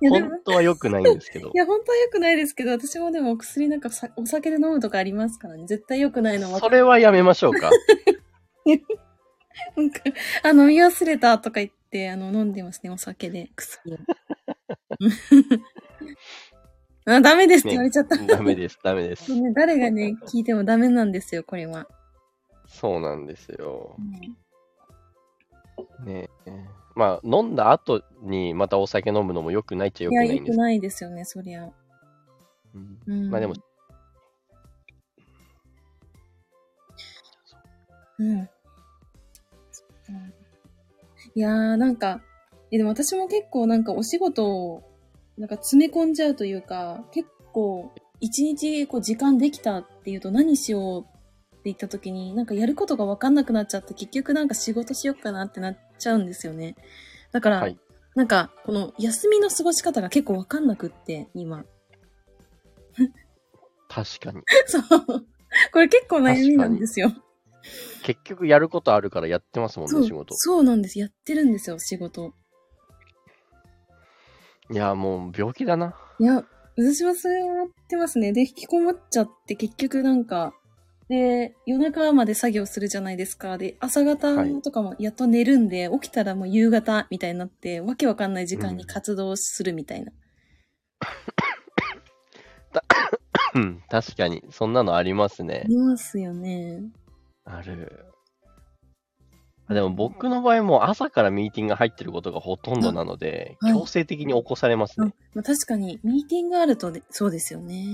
A: いや、でも
B: 本、当は良くないんですけど
A: い。や、本当は良くないですけど、私もでもお薬なんかさお酒で飲むとかありますからね、絶対良くないのは
B: それはやめましょう か。
A: なんか、 あ、飲み忘れたとか言って、あの、飲んでますね、お酒で、薬を。 あ、ダメですって言われちゃった。
B: ダメです、ダメです。
A: ね、誰がね、聞いてもダメなんですよ、これは。
B: そうなんですよ。ねえまあ、飲んだ後にまたお酒飲むのも良くないっちゃ良
A: い
B: くな
A: や、良
B: いんで
A: く
B: す。
A: ないですよね、そりゃ。
B: うん
A: うん、
B: まあでも、
A: うん。いやー、なんか、え、でも私も結構なんかお仕事を、なんか詰め込んじゃうというか、結構、一日こう時間できたっていうと何しようって言った時に、なんかやることがわかんなくなっちゃって、結局なんか仕事しよっかなってなっちゃうんですよね。だから、
B: はい
A: なんか、この休みの過ごし方が結構わかんなくって、今。
B: 確かに。
A: そう。 これ結構悩みなんですよ。
B: 結局やることあるからやってますもん
A: そ
B: ね、
A: う
B: 仕事。
A: そうなんです。やってるんですよ、仕事。
B: いや、もう病気だな。
A: いや、私はそれを思ってますね。で、引きこもっちゃって、結局なんか、で、夜中まで作業するじゃないですか。で、朝方
B: はい
A: とかもやっと寝るんで、起きたらもう夕方みたいになって、わけわかんない時間に活動するみたいな。
B: うん確かに。そんなのありますね
A: あ。りますよね。
B: ある。でも僕の場合も朝からミーティングが入ってることがほとんどなので、
A: はい
B: 強制的に起こされます
A: あ
B: ね。
A: まあ、確かに、ミーティングあるとで、そうですよね。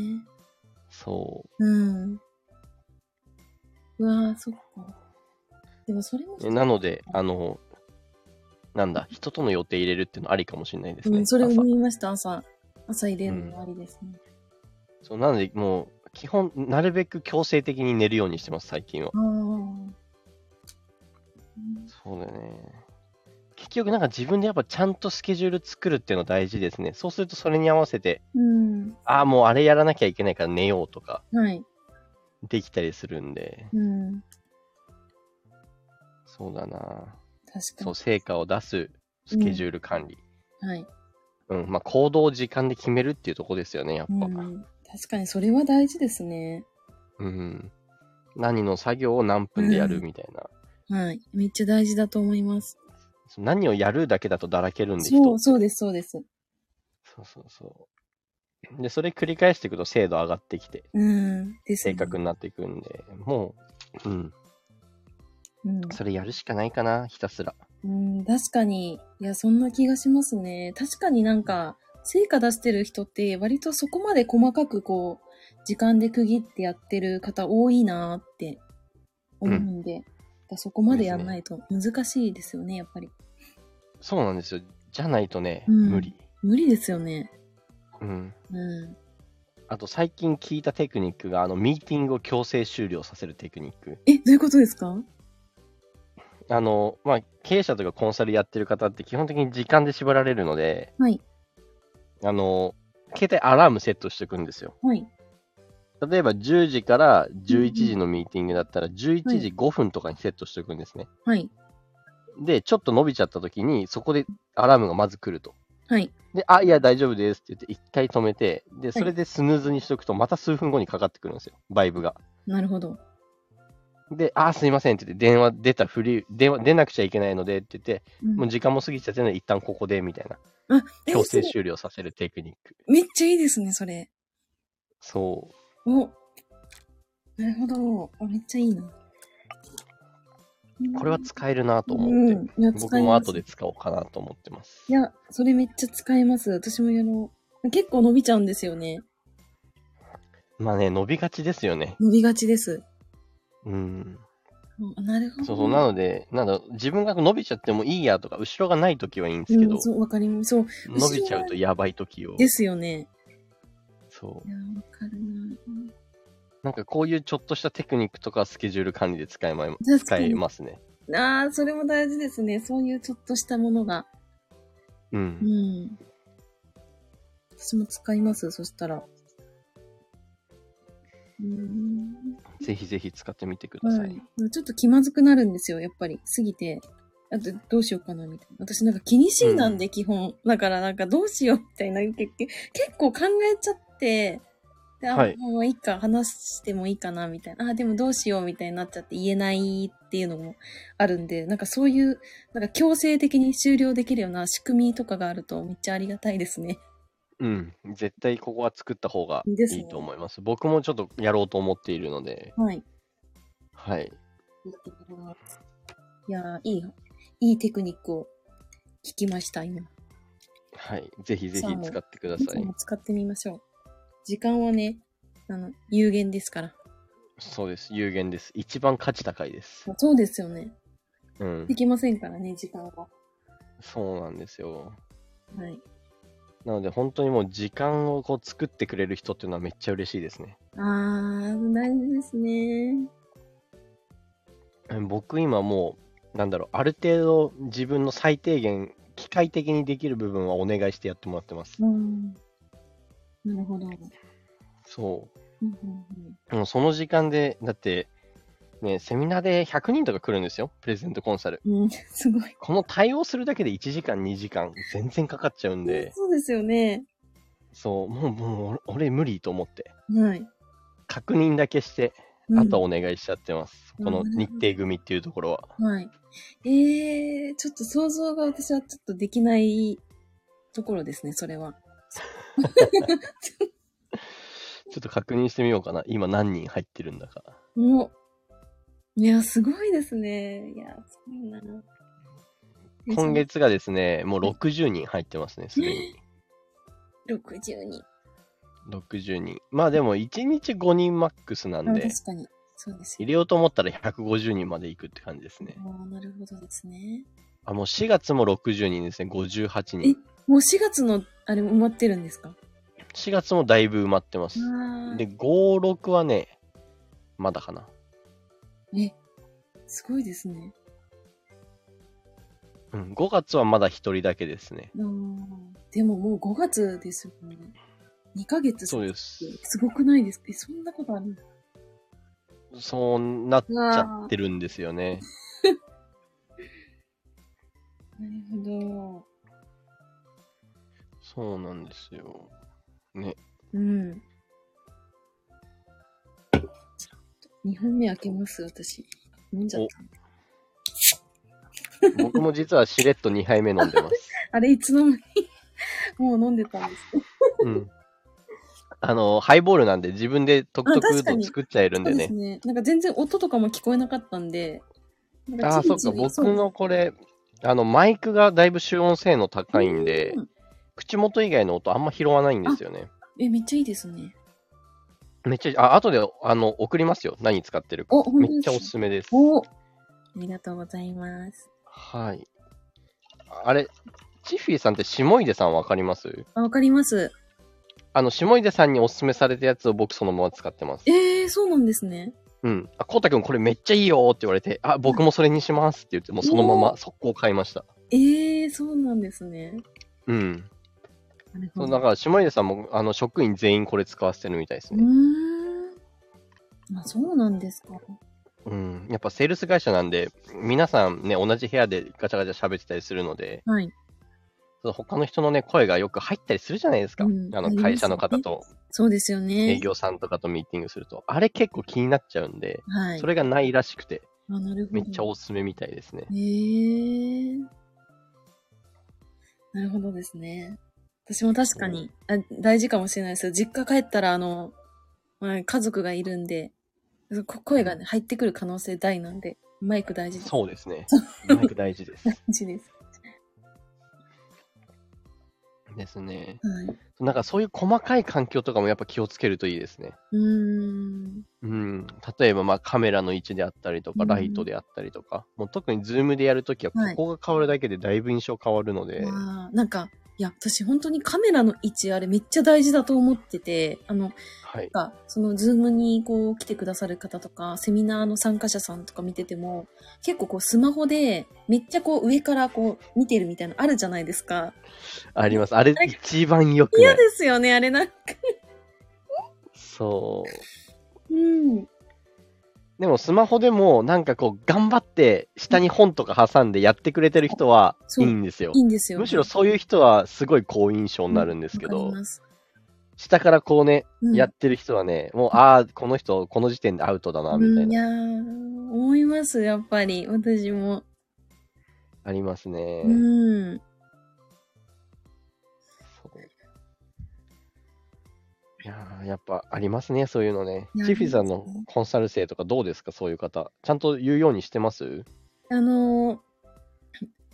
B: そう。
A: うん。うわぁ、そっか。でもそれも、
B: えなので、あの、なんだ、人との予定入れるっていうのありかもしれないですね。
A: うん、それ
B: 朝
A: 思いました、朝。朝入れるのもありですね。
B: そうなので、もう、基本、なるべく強制的に寝るようにしてます、最近は。
A: ああ。
B: そうだね。結局、なんか自分でやっぱちゃんとスケジュール作るっていうの大事ですね。そうすると、それに合わせて、
A: うん。
B: ああ、もうあれやらなきゃいけないから寝ようとか、
A: はい。
B: できたりするんで、
A: うん。
B: そうだな。
A: 確
B: そ
A: か
B: う、成果を出すスケジュール管理。
A: に。はい。
B: うん、まあ、行動を時間で決めるっていうとこですよね、やっ
A: う
B: ぱ。
A: ん。確かに、それは大事ですね。
B: うん。何の作業を何分でや
A: う
B: る
A: ん
B: みたいな。
A: はい。めっちゃ大事だと思います。
B: そう何をやるだけだとだらけるんで、人
A: そう、そうです、そうです。
B: そうそうそう。で、それ繰り返していくと精度上がってきて、
A: うん。ですね
B: 正確になっていくんで、もう、うん、
A: うん。
B: それやるしかないかな、ひたすら。
A: うん、確かに。いや、そんな気がしますね。確かになんか、成果出してる人って、割とそこまで細かくこう、時間で区切ってやってる方多いなーって思うんで、だからそこまでやんないと難しいですよね、やっぱり。
B: そうなんですよ。じゃないとね、
A: うん
B: 無理。
A: 無理ですよね。
B: うん。
A: うん。
B: あと、最近聞いたテクニックが、あの、ミーティングを強制終了させるテクニック。
A: え、どういうことですか
B: あの、まあ、経営者とかコンサルやってる方って基本的に時間で縛られるので、
A: はい。
B: あの、携帯アラームセットしておくんですよ。
A: はい。
B: 例えば10時から11時のミーティングだったら11時5分とかにセットしておくんですね。
A: はい。
B: で、ちょっと伸びちゃった時にそこでアラームがまず来ると。
A: はい。
B: で、あ、いや大丈夫ですって言って一回止めて、で、それでスヌーズにしとくとまた数分後にかかってくるんですよ、バイブが。
A: なるほど。
B: で、あ、すいませんって言って電話出たふり、電話出なくちゃいけないのでって言って、
A: うん
B: もう時間も過ぎちゃってるので一旦ここでみたいな。
A: あ、え
B: 強制終了させるテクニック。
A: めっちゃいいですね、それ。
B: そう。
A: お。なるほど。あめっちゃいいな。
B: これは使えるなと
A: う
B: 思って。
A: ん。いや、
B: 僕
A: 使い
B: も
A: ます
B: 後で使おうかなと思ってます
A: い。や、それめっちゃ使えます。私もやろう。結構伸びちゃうんですよね。
B: まあね、伸びがちですよね。
A: 伸びがちです。
B: うん。
A: うんなるほど。
B: そうそう、なので、なんだろう、自分が伸びちゃってもいいやとか、後ろがないときはいいんですけ
A: う
B: ど
A: ん、、そう、わかります。そう、
B: 伸びちゃうとやばいときを。
A: ですよね。
B: そ
A: いや、わかるな。
B: う。なんかこういうちょっとしたテクニックとかスケジュール管理で使えま
A: 確
B: 使
A: か
B: え
A: に。
B: ますね。
A: ああ、それも大事ですね。そういうちょっとしたものが。
B: う。
A: うんん。私も使います、そしたら。うん。
B: ぜひぜひ使ってみてくださ。
A: はいい。ちょっと気まずくなるんですよ、やっぱり。過ぎて。あと、どうしようかな、みたいな。私なんか気にしいなんで、基本。だからなんかどうしよう、みたいな。結結構考えちゃって、であ、
B: はい
A: もういいか、話してもいいかな、みたいな。あ、でもどうしよう、みたいになっちゃって言えないっていうのもあるんで、なんかそういう、なんか強制的に終了できるような仕組みとかがあるとめっちゃありがたいですね。
B: うん。絶対ここは作った方が
A: ですね
B: いいと思います。僕もちょっとやろうと思っているので、
A: はい。
B: はい。
A: いやーいい、いいテクニックを聞きました、今。
B: はい。ぜひぜ
A: そう
B: ひ使ってください
A: も。使ってみましょう。時間はね、あの、有限ですから。
B: そうです。有限です。一番価値高いです。
A: そうですよね。
B: うん
A: で。きませんからね、時間は。
B: そうなんですよ。
A: はい。
B: なので本当にもう時間をこう作ってくれる人っていうのはめっちゃ嬉しいですね。
A: あー、大事ですね。
B: うん僕今もう、なんだろう、ある程度自分の最低限、機械的にできる部分はお願いしてやってもらってます。
A: うん。なるほど。うん
B: そ
A: うん
B: う。もうその時間で、だって、ね、セミナーで100人とか来るんですよ。プレゼントコンサル。
A: うん、うん すごい。
B: この対応するだけで1時間、2時間、全然かかっちゃうんで、
A: そうですよね。
B: そう、もう、もう、俺俺無理と思って、
A: はい。
B: 確認だけして、
A: うん
B: あとはお願いしちゃってます。
A: うん
B: この日程組っていうところは。
A: はい。ええー、ちょっと想像が私はちょっとできないところですね、それは。
B: ちょっと確認してみようかな。今何人入ってるんだか。
A: もう。いや、すごいですね。いや、すごいな。
B: 今月がですね、もう60人入ってますね、すでに。
A: 60人。
B: 60人。まあでも1日5人マックスな
A: あ
B: んで、
A: 確かに。そうですよ。
B: 入れようと思ったら150人まで行くって感じですね。
A: ああ、なるほどですね。
B: あ、もう4月も60人ですね、58人。
A: もう4月の、あれも埋まってるんですか
B: 4月もだいぶ埋まってます。
A: あ
B: で、5、6はね、まだかな。
A: あ。え、すごいですね。
B: うん、5月はまだ1人だけですね。
A: あーでももう5月ですよね。2ヶ月。
B: そうですす。
A: すごくないですかえ、そんなことある
B: そうなっちゃってるんですよね。
A: なるほど。
B: そうなんですよ。ね。
A: うん。2本目開けます、私。飲んじゃった。
B: 僕も実はしれっと2杯目飲んでます。
A: あれ、いつの間に もう飲んでたんですか
B: うん。あの、ハイボールなんで自分で特
A: あ確
B: 特
A: か
B: 度
A: に
B: 作っちゃえるん
A: そ
B: で
A: うです
B: ね。
A: ね。なんか全然音とかも聞こえなかったんで。なん
B: ああ、
A: チリ
B: そっ
A: チ
B: か。
A: リ
B: 僕のこれ、あの、マイクがだいぶ集音性能高いんで、
A: うん
B: 口元以外の音あんま拾わないんですよね。
A: え、めっちゃいいですね。
B: めっちゃ、あ、後で、あの、送りますよ。何使ってるか
A: お。本
B: め
A: 当
B: っ
A: です
B: ちゃおすすめです。
A: おありがとうございます。
B: はい。あれ、チッフィーさんって下出さんわかります
A: あ、わかります。
B: あの、下出さんにおすすめされたやつを僕そのまま使ってます。
A: えー、そうなんですね。
B: うん。あ、こうたくんこれめっちゃいいよって言われて、あ、僕もそれにしますって言って、もうそのまま速攻買いました。
A: えー、そうなんですね。
B: うん。
A: なる
B: そ
A: ほ
B: う
A: ど。
B: だ
A: う
B: から、下出さんも、あの、職員全員これ使わせてるみたいです
A: ー
B: ね。
A: ん。あ、そうなんですか。
B: うん。やっぱセールス会社なんで、皆さんね、同じ部屋でガチャガチャ喋ってたりするので、
A: はい。
B: その他の人のね、声がよく入ったりするじゃないですか。
A: うん
B: あ
A: あ
B: の、
A: りますね
B: 会社の方と、
A: そうですよね。
B: 営業さんとかとミーティングすると。あれ結構気になっちゃうんで、
A: はい。
B: それがないらしくて、
A: あ、なるほ
B: め
A: ど。
B: っちゃおすすめみたいですね。
A: へえなるほどですね。私も確かに、あ大事かもしれないですよ。実家帰ったら、あの、まあ、家族がいるんで、こ声が、ね、入ってくる可能性大なんで、マイク大事です。
B: そうですね。 マイク大事です。
A: 大事です。
B: ですね。
A: はい。う
B: なんかそういう細かい環境とかもやっぱ気をつけるといいですね。
A: ーん。
B: うん、例えばまあカメラの位置であったりとか、
A: うん
B: ライトであったりとか、もう特にズームでやるときは、
A: はい
B: ここが変わるだけでだいぶ印象変わるので、
A: わあなんか、いや、私本当にカメラの位置あれめっちゃ大事だと思ってて、あの、
B: はい。
A: が、そのズームにこう来てくださる方とか、セミナーの参加者さんとか見てても、結構こうスマホでめっちゃこう上からこう見てるみたいなのあるじゃないですか。
B: あります。あれ、一番良くな
A: 嫌で
B: い。
A: すよね、あれなんか。
B: そう。
A: うん。
B: でもスマホでもなんかこう頑張って下に本とか挟んでやってくれてる人は
A: そ
B: いういんですよ
A: い。いんですよ、ね。
B: むしろそういう人はすごい好印象になるんですけ
A: わ
B: ど
A: かり、ます
B: 下からこうね、
A: うん
B: やってる人はね、もうああ、この人この時点でアウトだな、みたい
A: うん、い
B: な、
A: やー思います、やっぱり。私も。
B: ありますね。
A: うん。
B: そういやーやっぱありますね、そういうのね
A: い。や
B: チフィさん
A: あ
B: の
A: りますね
B: コンサル生とかどうですか、そういう方。ちゃんと言うようにしてます
A: あのー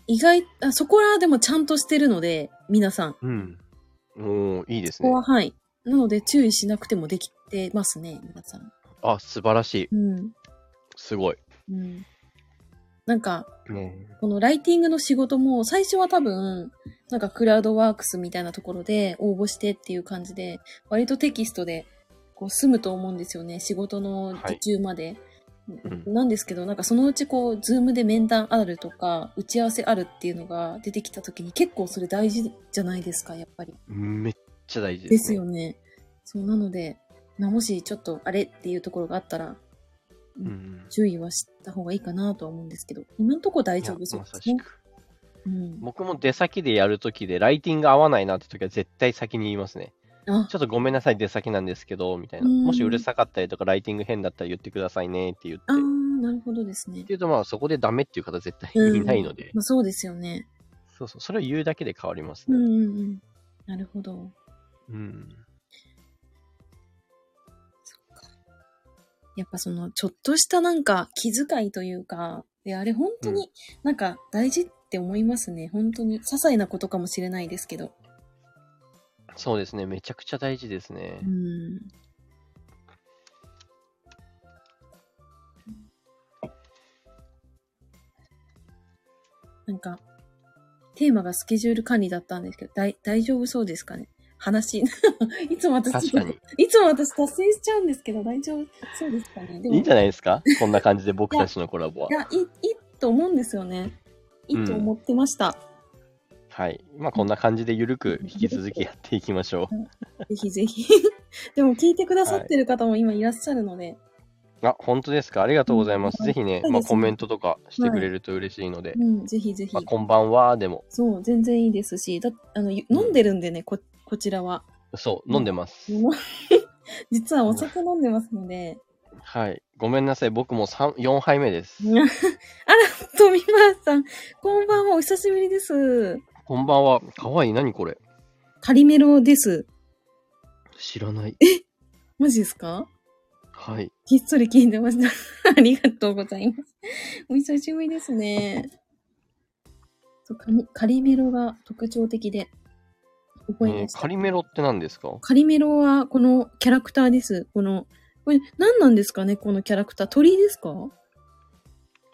A: 意外、あそこらでもちゃんとしてるので、皆さん。
B: うん。もういいです
A: そこ
B: ね
A: は、。はい。なので、注意しなくてもできてますね、皆さん。
B: あ、素晴らしい。
A: うん。
B: すごい。
A: うん。なんか、
B: ね、
A: このライティングの仕事も、最初は多分、なんかクラウドワークスみたいなところで応募してっていう感じで、割とテキストで、こう、済むと思うんですよね。仕事の受注まで。
B: うん
A: なんですけど、なんかそのうちこう、ズームで面談あるとか、打ち合わせあるっていうのが出てきた時に結構それ大事じゃないですか、やっぱり。
B: めっちゃ大事です、
A: で
B: ね。
A: すよね。そう、なので、まあもしちょっとあれっていうところがあったら、
B: うん。
A: 注意はした方がいいかなとは思うんですけど、今のところ大
B: いや
A: 丈夫そう
B: ま
A: で
B: さ
A: す
B: し
A: ね。
B: く。
A: うん。
B: 僕も出先でやるときで、ライティング合わないなってときは絶対先に言いますね。
A: あ
B: ち、ょっとごめんなさい、出先なんですけど、みたいな。
A: うん
B: もしうるさかったりとか、ライティング変だったら言ってくださいねって言って。
A: あ
B: っ
A: ー、なるほどですね
B: て。いうと、まあ、そこでダメっていう方絶対
A: うん
B: いないので、
A: まあ、そうですよね。
B: そうそう、それを言うだけで変わります
A: う
B: ね。
A: んうんうん。なるほど。
B: うん。
A: そっか。やっぱその、ちょっとしたなんか気遣いというか、で、あれ本当
B: う
A: になんか大事って思いますね。本当に。些細なことかもしれないですけど。
B: そうですね、めちゃくちゃ大事ですね
A: う。ん。なんか、テーマがスケジュール管理だったんですけど、だい大丈夫そうですかね話、 いつも私
B: 確かに、
A: いつも私達成しちゃうんですけど、大丈夫そうですかねで
B: いいんじゃ
A: ない
B: ないですかこんな感じで僕たちのコラボは。
A: やいい、いいと思うんですよね。いいと思ってました。
B: はい。まあ、こんな感じでゆるく引き続きやっていきましょ
A: ぜひぜひ。 でも聞いてくださってる方も今いらっしゃるので、
B: う。あ、本当ですかありがとうございます。
A: うん
B: ぜひね
A: そ、うですね
B: まあ、コメントとかしてくれると嬉しいので、
A: うん、ぜひぜひ。
B: まあ、こんばんはでも、
A: そう、全然いいですし、だあのゆ飲んでるんでね、ここちらは。
B: そう、飲んでます。
A: もう 実はお酒飲んでますので、
B: はい。ごめんなさい。僕も三4杯目です。
A: あら、富村さん、こんばんは、お久しぶりです。
B: こんばんは。かわいい。何これ
A: カリメロです。
B: 知らない。
A: マジですか
B: はい。
A: ひっそり聞いてました。 ありがとうございます。お久しぶりですね。そうカリカリメロが特徴的で、覚え
B: え
A: ま
B: ー
A: した。
B: カリメロって何ですか
A: カリメロはこのキャラクターです。この、これ何なんですかねこのキャラクター。鳥ですか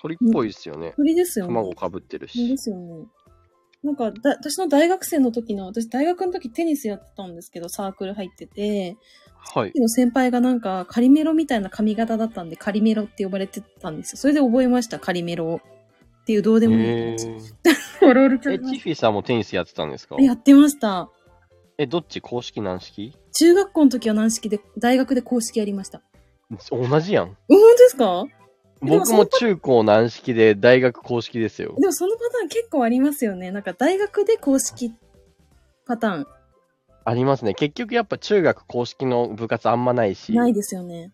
B: 鳥っぽいですよね。
A: 鳥ですよね。
B: 卵かぶってる
A: 鳥で
B: し。
A: すよね。なんかだ、私の大学生の時の、私大学の時テニスやってたんですけど、サークル入ってて、
B: はい。
A: の先輩がなんかカリメロみたいな髪型だったんで、カリメロって呼ばれてたんですよ。それで覚えました、カリメロを。っていうどう
B: え
A: でもいい
B: ー
A: 感じ。笑われちゃ
B: え、
A: い
B: チ
A: まし
B: フィさんもテニスやってたんですか
A: たやってました。
B: え、どっち公式軟式
A: 中学校の時は軟式で、大学で公式やりました。
B: 同じやん。
A: うん、本当ですかでも
B: 僕も中高軟式で大学公式ですよ。
A: でもそのパターン結構ありますよね。なんか大学で公式パターン
B: ありますね。結局やっぱ中学公式の部活あんまないし。
A: ないですよね。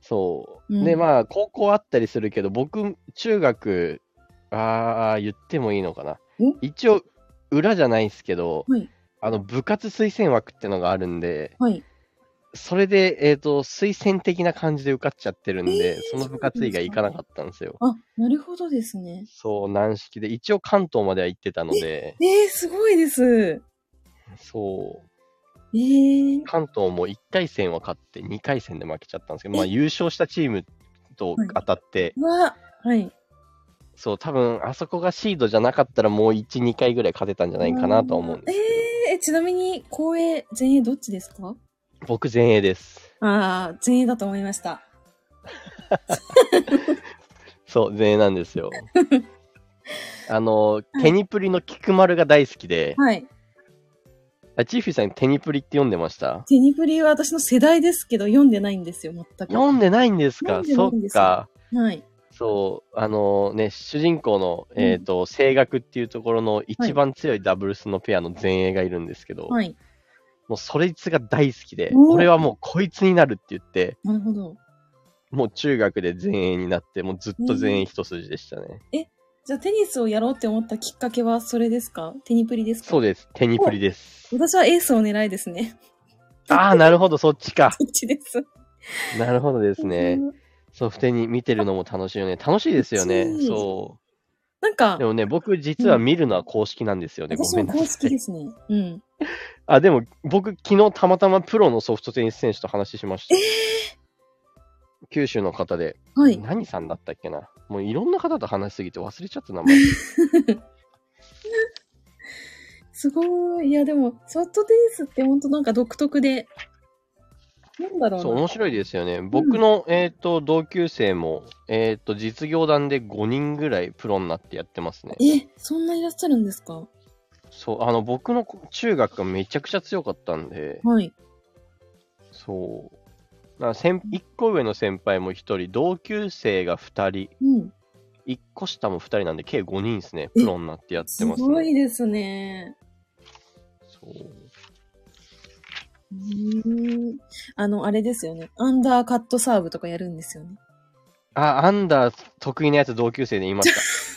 B: そう。
A: うん
B: で、まあ、高校あったりするけど、僕、中学、ああ、言ってもいいのかな
A: お。
B: 一応、裏じゃないですけど、
A: はい
B: あの、部活推薦枠ってのがあるんで、
A: はい。
B: それで、えっ、と、推薦的な感じで受かっちゃってるんで、
A: えー
B: その部活以外行かなかったんですよ。
A: あ、なるほどですね。
B: そう、軟式で、一応関東までは行ってたので、
A: えー、すごいです。
B: そ
A: え
B: う、
A: ー、
B: 関東も1回戦は勝って、2回戦で負けちゃったんですけど、まあ、優勝したチームと当たって、
A: うわ、はい。
B: そう、多分あそこがシードじゃなかったらもう1、2回ぐらい勝てたんじゃないかなとは思うんですけど。
A: えちなみに、公営、前衛どっちですか
B: 僕前衛です。
A: ああ、前衛だと思いました。
B: そう、前衛なんですよ。あの、テニプリの菊丸が大好きで、
A: はい。
B: あチーフィーさんテニプリって読んでました
A: テニプリは私の世代ですけど、読んでないんですよ、全く。
B: 読んでないんですか
A: 読んでな
B: そ
A: いん
B: っ
A: ですよ
B: か。
A: はい。
B: そう、あのね、主人公の、
A: うん
B: えっ、と、声楽っていうところの一番強いダブルスのペアの前衛がいるんですけど、
A: はい。
B: もうそいつが大好きで、
A: おー
B: 俺はもうこいつになるって言って、
A: なるほど。
B: もう中学で前衛になって、もうずっと前衛一筋でしたね。
A: じゃあ、テニスをやろうって思ったきっかけはそれですかテニプリですか
B: そうです、テニプリです。
A: 私はエースを狙いですね。
B: ああ、なるほど、そっ ちか。
A: こっちです。
B: なるほどですね。
A: うん
B: そう、普通に見てるのも楽しいよね。楽しいですよね
A: 楽し。い
B: そ
A: なんか
B: う。で、もね、僕実は見るのは公式なんですよね。
A: 私
B: ごめ
A: も
B: んな
A: 公
B: さ
A: 式
B: い。
A: ですね。うん。
B: あ、でも僕昨日たまたまプロのソフトテニス選手と話しました。九州の方で、
A: はい。
B: 何さんだったっけな。もういろんな方と話しすぎて忘れちゃっ た名前。
A: すごい。いや、でも、ソフトテニスって本当なんか独特で、なんだろうな。
B: そう、面白いですよね。僕の、えっ、と、同級生も、えっ、と、実業団で5人ぐらいプロになってやってますね。
A: え、そんないらっしゃるんですか
B: そう、あの、僕の中学がめちゃくちゃ強かったんで、
A: はい。
B: そう。な先1個上の先輩も1人、同級生が2人、
A: うん。
B: 1個下も2人なんで、計5人ですね。プロになってやって
A: す
B: ます
A: ご
B: ね。
A: いですね。
B: そう
A: うーん。あの、あれですよね。アンダーカットサーブとかやるんですよね。
B: あ、アンダー得意なやつ同級生で言いま し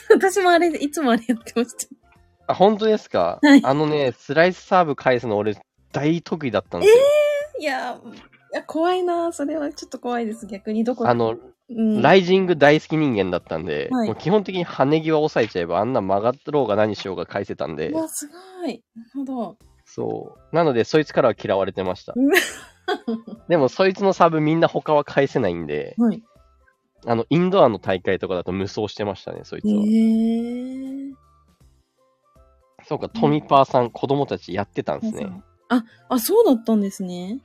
B: た。
A: 私もあれ、いつもあれやってました。
B: あ、本当ですか、
A: はい
B: あのね、スライスサーブ返すの俺大得意だったんですよ。
A: いや、いや怖いな。それはちょっと怖いです。逆にどこ
B: あ、の、
A: うん、
B: ライジング大好き人間だったんで、
A: はい
B: もう基本的に跳ね際抑えちゃえばあんな曲がろうが何しようが返せたんで
A: う、わ、すごい。なるほど。
B: そう。なのでそいつからは嫌われてました
A: うわ。
B: でもそいつのサーブみんな他は返せないんで、
A: はい。
B: あの、インドアの大会とかだと無双してましたね、そいつ
A: へえ
B: は。
A: ー。
B: そうか、トミパーさん、子供たちやってたんですね。
A: あ、あ、そうだったんですね。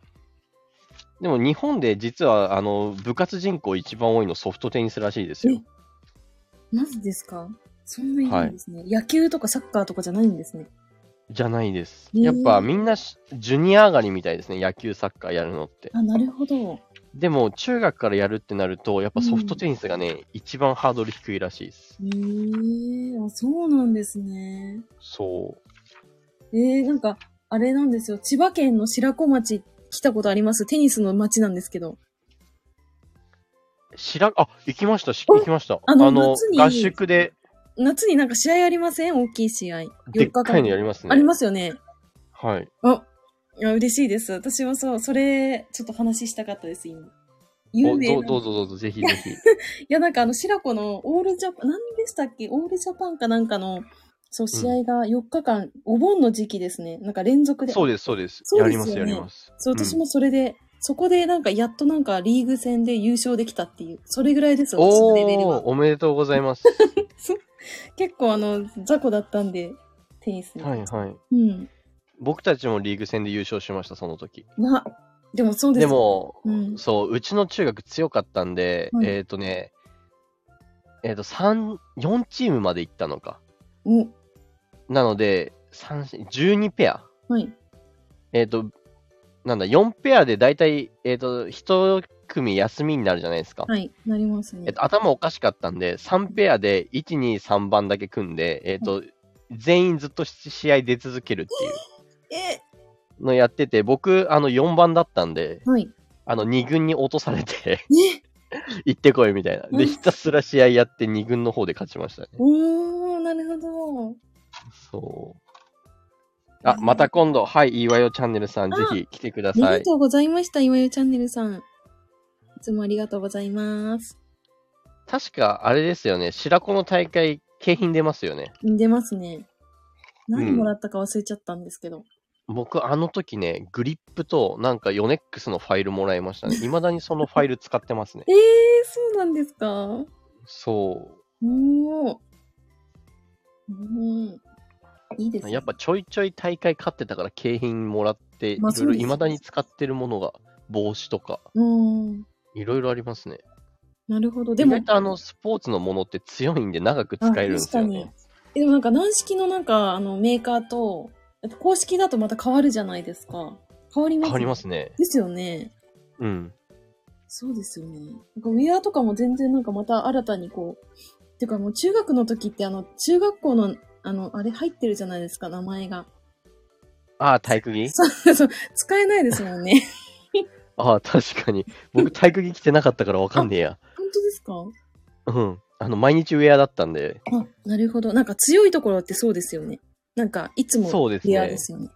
B: でも日本で実はあの部活人口一番多いのソフトテニスらしいですよ。
A: マジですかそんなにいるんですね、野球とかサッカーとかじゃないんですね。
B: じゃないです。
A: へえ
B: やっぱみんなしジュニア上がりみたいですね、野球、サッカーやるのって。
A: あ、なるほど。
B: でも中学からやるってなると、やっぱソフトテニスがね、一番ハードル低いらしいです。
A: へえー、あ、そうなんですね。
B: そう。
A: えー、なんか、あれなんですよ。千葉県の白子町来たことありますテニスの町なんですけど。
B: 白あ、行きました、し
A: お
B: 行きました。
A: あ
B: あ
A: の
B: の、
A: 夏に
B: 合宿で
A: 夏になんか試合ありません大きい試合。
B: でっかいのや
A: り
B: りますね。
A: ありますよね。
B: はい。
A: あ、いや嬉しいです。私もそう、それ、ちょっと話したかったです、今。有
B: お
A: 名
B: ど
A: な
B: うどうぞどうぞ、ぜひぜひ。
A: いや、なんかあの、白子のオールジャパン、何でしたっけオールジャパンかなんかの、そう、試合が4日間、お盆の時期ですね。なんか連続で。。
B: そううです、そうです。
A: そう
B: や
A: で
B: り
A: すよ
B: ま
A: ね
B: す、やります。
A: そう、私もそれで、そこでなんか、やっとなんか、リーグ戦で優勝できたっていう、それぐらいです、
B: うん
A: 私の
B: お
A: レベルは
B: ー、。おめでとうございます。
A: 結構あの、雑魚だったんで、テニスに。
B: はいは
A: う
B: い。
A: ん。
B: 僕たちもリーグ戦で優勝しました、その時。
A: な、でもそうです。
B: で、も、
A: うん。
B: そう、うちの中学強かったんで、
A: はい
B: えっ、とね、えっ、と、3、4チームまで行ったのか。
A: お、
B: なので、三12ペア。
A: はい。
B: えっ、と、なんだ、4ペアで大体、えっ、と、1組休みになるじゃないですか。
A: はい、なりますね。
B: えっと、頭おかしかったんで、3ペアで1、2、3番だけ組んで、えっ、と、全員ずっと試合出続けるっていう
A: え
B: のやってて、僕、あの、4番だったんで、
A: はい。
B: あの、2軍に落とされて、
A: ね
B: 行ってこいみたいな。
A: うん
B: で、ひたすら試合やって2軍の方で勝ちましたね。
A: おー、なるほど。
B: そう。あ、また今度、はい、いいわよチャンネルさん、ぜひ来てくだ
A: あ
B: さ
A: り
B: い
A: が。とうございました、いわゆチャンネルさん。いつもありがとうございます。
B: 確か、あれですよね、白子の大会、景品出ますよね。
A: 出ますね。何
B: うん
A: もらったか忘れちゃったんですけど。
B: 僕、あの時ね、グリップと、なんか、ヨネックスのファイルもらいましたね。未だにそのファイル使ってますね。
A: えー、そうなんですかお
B: そう。
A: ー。うん。いいですね。
B: やっぱちょいちょい大会勝ってたから景品もらって、い
A: ま
B: ろ
A: あ
B: い
A: そう
B: ろ
A: ですよね
B: 未だに使ってるものが、帽子とか、
A: うん。
B: いろいろありますね。
A: なるほど。
B: で
A: で
B: も、
A: も
B: 意外、とあの、スポーツのものって強いんで長く使えるんですよね。
A: でもなんか軟式のなんか、あの、メーカーと、やっぱ公式だとまた変わるじゃないですか。変わります、
B: 変わりますね。
A: ですよね。
B: うん。
A: そうですよね。なんかウェアとかも全然なんかまた新たにこう、てかもう中学の時ってあの、中学校の、あの、あれ入ってるじゃないですか、名前が。
B: ああ、体育着
A: そうそう、使えないですもん ね。
B: ああ、確かに。僕、体育着着てなかったからわかんねえや。
A: 本当ですか
B: うん。あの、毎日ウェアだったんで、
A: あ、なるほど。なんか強いところってそうですよね。なんか、いつも
B: そうですね
A: レアですよね。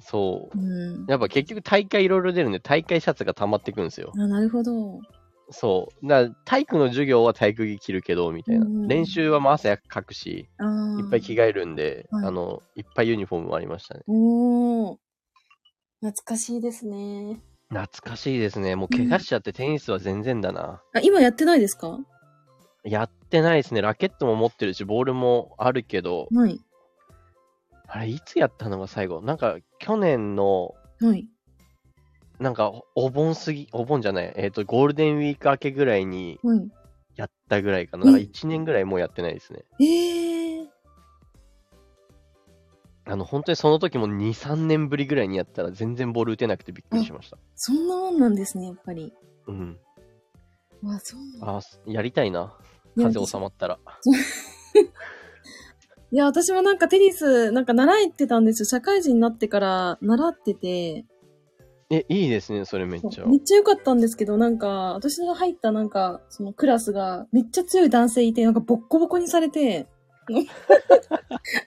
B: そう
A: う。ん。
B: やっぱ結局大会いろいろ出るんで、大会シャツが溜まってくんですよ。
A: あ、なるほど。
B: そう。だから体育の授業は体育着着るけど、みたいな
A: う。ん
B: 練習はまあ汗かくし、
A: あー
B: いっぱい着替えるんで、
A: はい
B: あの、いっぱいユニフォームもありましたね。
A: おー。懐かしいですね。
B: 懐かしいですね。もう怪我しちゃってテニスは全然だな。
A: あ、今やってないですか
B: やってないですね。ラケットも持ってるし、ボールもあるけど、
A: はい。
B: あれ、いつやったのが最後なんか、去年の、
A: はい。
B: なんか、お盆すぎ、お盆じゃない、えっ、と、ゴールデンウィーク明けぐらいに
A: はい。
B: やったぐらいかな。だから1年ぐらいもうやってないですね。
A: えー。
B: あの、本当にその時も2、3年ぶりぐらいにやったら全然ボール打てなくてびっくりしました。
A: そんなもんなんですね、やっぱり。
B: うん。
A: わ、そうなんだ
B: あー、すやりたいな。
A: いや
B: 風収まったら。
A: いや、私もなんかテニス、なんか習ってたんですよ。社会人になってから習ってて。
B: え、いいですね、それめっちゃ
A: そう。めっちゃ良かったんですけど、なんか、私が入ったなんか、そのクラスが、めっちゃ強い男性いて、なんかボッコボコにされて、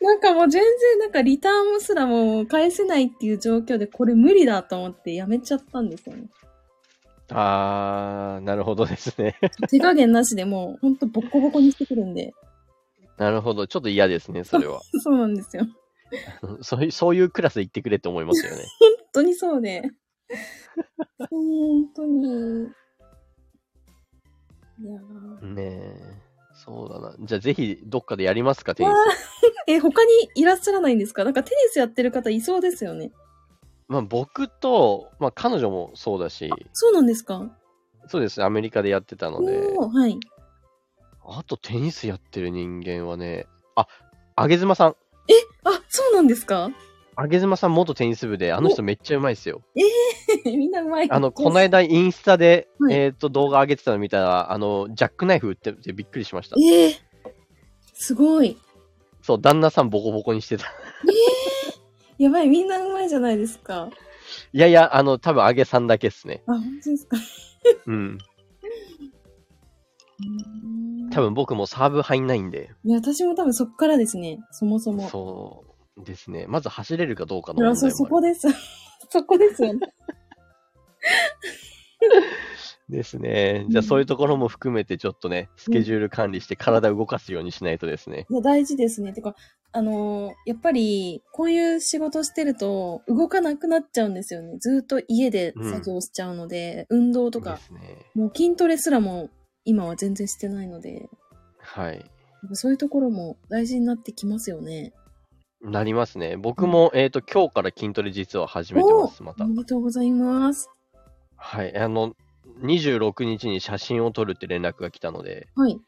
A: なんかもう全然なんかリターンもすらもう返せないっていう状況で、これ無理だと思ってやめちゃったんですよね。
B: あー、なるほどですね。
A: 手加減なしでもう、ほんとボッコボコにしてくるんで。
B: なるほど。ちょっと嫌ですね、そ れは。
A: そうなんですよ。
B: うんそういう、そういうクラス行ってくれって思いますよね。
A: 本当にそうで。本当に。いやー
B: ねえ。そうだな。じゃあぜひ、どっかでやりますか、テニ
A: わ
B: ス。
A: え、他にいらっしゃらないんですかなんかテニスやってる方いそうですよね。
B: まあ僕と、まあ彼女もそうだし、
A: そうなんですか
B: そうです、アメリカでやってたので、
A: おーはい。
B: あとテニスやってる人間はね、あ、あげずまさん。
A: あ、そうなんですか
B: あげずまさん元テニス部で、あの人めっちゃうまいですよ。
A: みんなうまい。
B: あの、この間インスタで、
A: はい
B: えっ、と、動画上げてたの見たら、あの、ジャックナイフ打っててびっくりしました。
A: ええすごい。
B: そう、旦那さんボコボコにしてた。
A: やばい、みんなうまいじゃないですか。
B: いやいや、あの、多分あげさんだけっすね。
A: あ、本当ですか。
B: うん。 多分僕もサーブ入んないんで、
A: いや、私も多分そっからですね。そもそも。
B: そうですね。まず走れるかどうかの
A: いや
B: 問
A: そ
B: 題
A: うそ
B: もあ
A: こ
B: る
A: です。 そこですよね。
B: ですね。じゃあそういうところも含めてちょっとね、スケジュール管理して体動かすようにしないとですね。
A: いや、大事ですね。てか、あのーやっぱり、こういう仕事してると、動かなくなっちゃうんですよね。ずっと家で作業しちゃうので、運動と
B: で
A: か、
B: すね。
A: もう筋トレすらも、今は全然してないので、
B: はい。
A: やっぱそういうところも大事になってきますよね。
B: なりますね。僕も、えっ、と、今日から筋トレ実は始めてます、ま
A: お
B: た
A: お。めでとうございます。
B: はい。あの、26日に写真を撮るって連絡が来たので、
A: はい。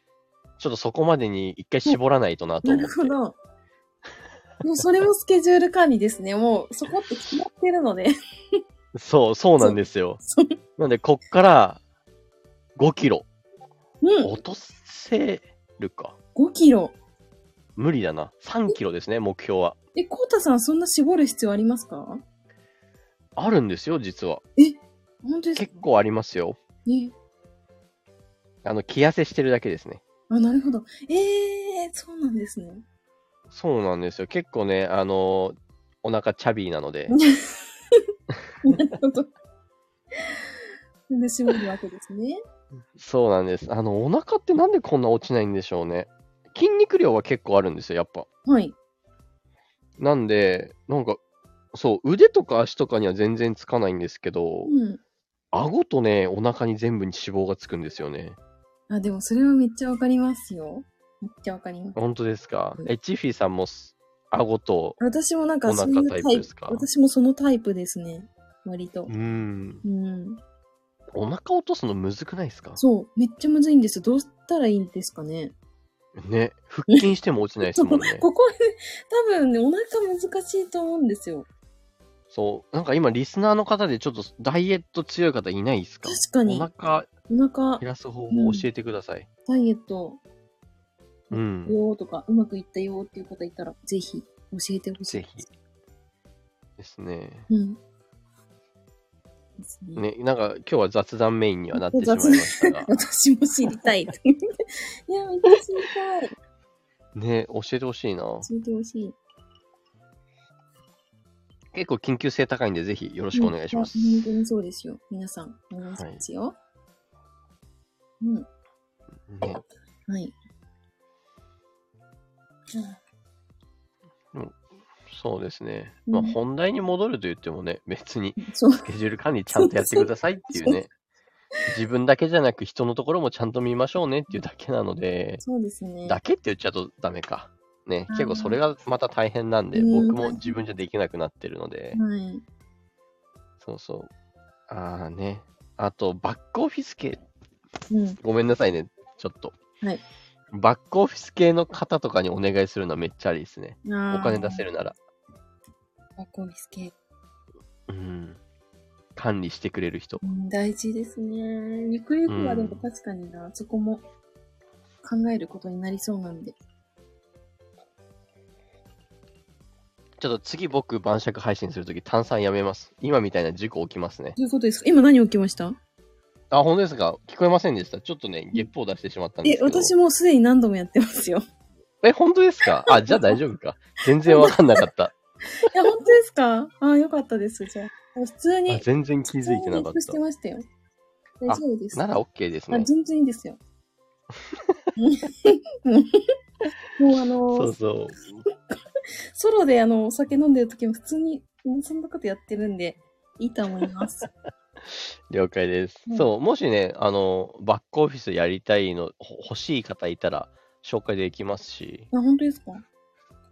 B: ちょっとそこまでに一回絞らないとなと
A: な
B: 思
A: る
B: って
A: ほ。ど。もうそれもスケジュール管理ですね。もうそこって決まってるので。
B: そう、そうなんですよ
A: そう。
B: なんで、こっから5キロ
A: うん。
B: 落とせるか。
A: 5キロ。
B: 無理だな。3キロですね、目標は。
A: え、コウタさんそんな絞る必要ありますか
B: あるんですよ、実は。
A: 本当ですか
B: 結構ありますよ。
A: え、
B: あの、着痩せしてるだけですね。
A: あ、なるほど。えー、そうなんです ね。
B: そうなんですよ。結構ね、あのお腹チャビーなので。
A: なるほど。それで絞るわけですね。
B: そうなんです。あの、お腹ってなんでこんな落ちないんでしょうね。筋肉量は結構あるんですよ、やっぱ。
A: はい。
B: なんで、なんか、そう、腕とか足とかには全然つかないんですけ
A: う
B: ど、
A: ん。
B: 顎とね、お腹に全部に脂肪がつくんですよね。
A: あ、でもそれはめっちゃわかりますよ。めっちゃわかります。
B: 本当ですか
A: うん
B: え、チッフィーさんもす、顎と、
A: 私もなんか
B: お
A: そ
B: 腹
A: ういうタ
B: タ
A: イ
B: イ
A: プ
B: プですか
A: 私もそのタイプですね。割と
B: う。ん。
A: うん。
B: お腹落とすのむずくないですか
A: そう。めっちゃむずいんです。どうしたらいいんですかね。。
B: ね。腹筋しても落ちないですもんね
A: ここ、多分ね、お腹難しいと思うんですよ。
B: そう。なんか今、リスナーの方でちょっとダイエット強い方いないですか
A: 確かに
B: お腹
A: お腹
B: 減、らす方法を教えてください。
A: ダイエット
B: うん。
A: よーとか、うまくいったよーっていう方いたら、ぜひ教えてほしい。
B: ぜひ。ですね。
A: うん。ですね。
B: ね、なんか今日は雑談メインにはなってしまいましたが、
A: 私も知りた い。いや、めっちゃ知りたい。
B: ね、教えてほしいな。
A: 教えてほしい。よ
B: 結構緊急性高いんで、ぜひよろ
A: ろ
B: しくお願いします。
A: 本当にそうですよ。皆さん、お願いしますよ。
B: ね、
A: うん。はい。
B: そうですね。
A: うん
B: まあ本題に戻ると言ってもね、別に
A: そう、
B: スケジュール管理ちゃんとやってくださいっていうね。自分だけじゃなく人のところもちゃんと見ましょうねっていうだけなので、
A: そうですね。
B: だけって言っちゃうとダメか。ね、
A: うん
B: 結構それがまた大変なんで、
A: うん
B: 僕も自分じゃできなくなってるので、
A: はい。
B: そうそう。ああね。あと、バックオフィス系。
A: うん。
B: ごめんなさいね、ちょっと。
A: はい
B: バックオフィス系の方とかにお願いするのはめっちゃありですね。
A: お
B: お金出せるなら。
A: バックオフィス系。
B: うん。管理してくれる人。
A: うん、大事ですね。ゆくゆくはでも確かにな、そこも考えることになりそうなんで。
B: ちょっと次僕晩酌配信するとき炭酸やめます。今みたいな事故起きますね。
A: ということですか今何起きました
B: あ、本当ですか聞こえませんでした。ちょっとね、ゲップを出してしまったん
A: え
B: です、けど。
A: 私もすでに何度もやってます よ。
B: え、本当ですかあ、じゃあ大丈夫か。全然わかんな かった。
A: いや、本当ですかああ、よかったです。じゃあ。普通
B: あ
A: に。
B: 全然気づいてなか
A: 普通にリン
B: っ
A: クしてましたよ。大丈夫です。
B: た。なら OK です
A: あ
B: ね。
A: 全然いいです よ。もうあの
B: そうそう。
A: ソロであのお酒飲んでる時も普通にうんそんなことやってるんでいいと思い ます。
B: 了解です。
A: うん
B: そう、もしね、あの、バックオフィスやりたいの、ほ欲しい方いたら、紹介できますし、
A: あ本当ですか、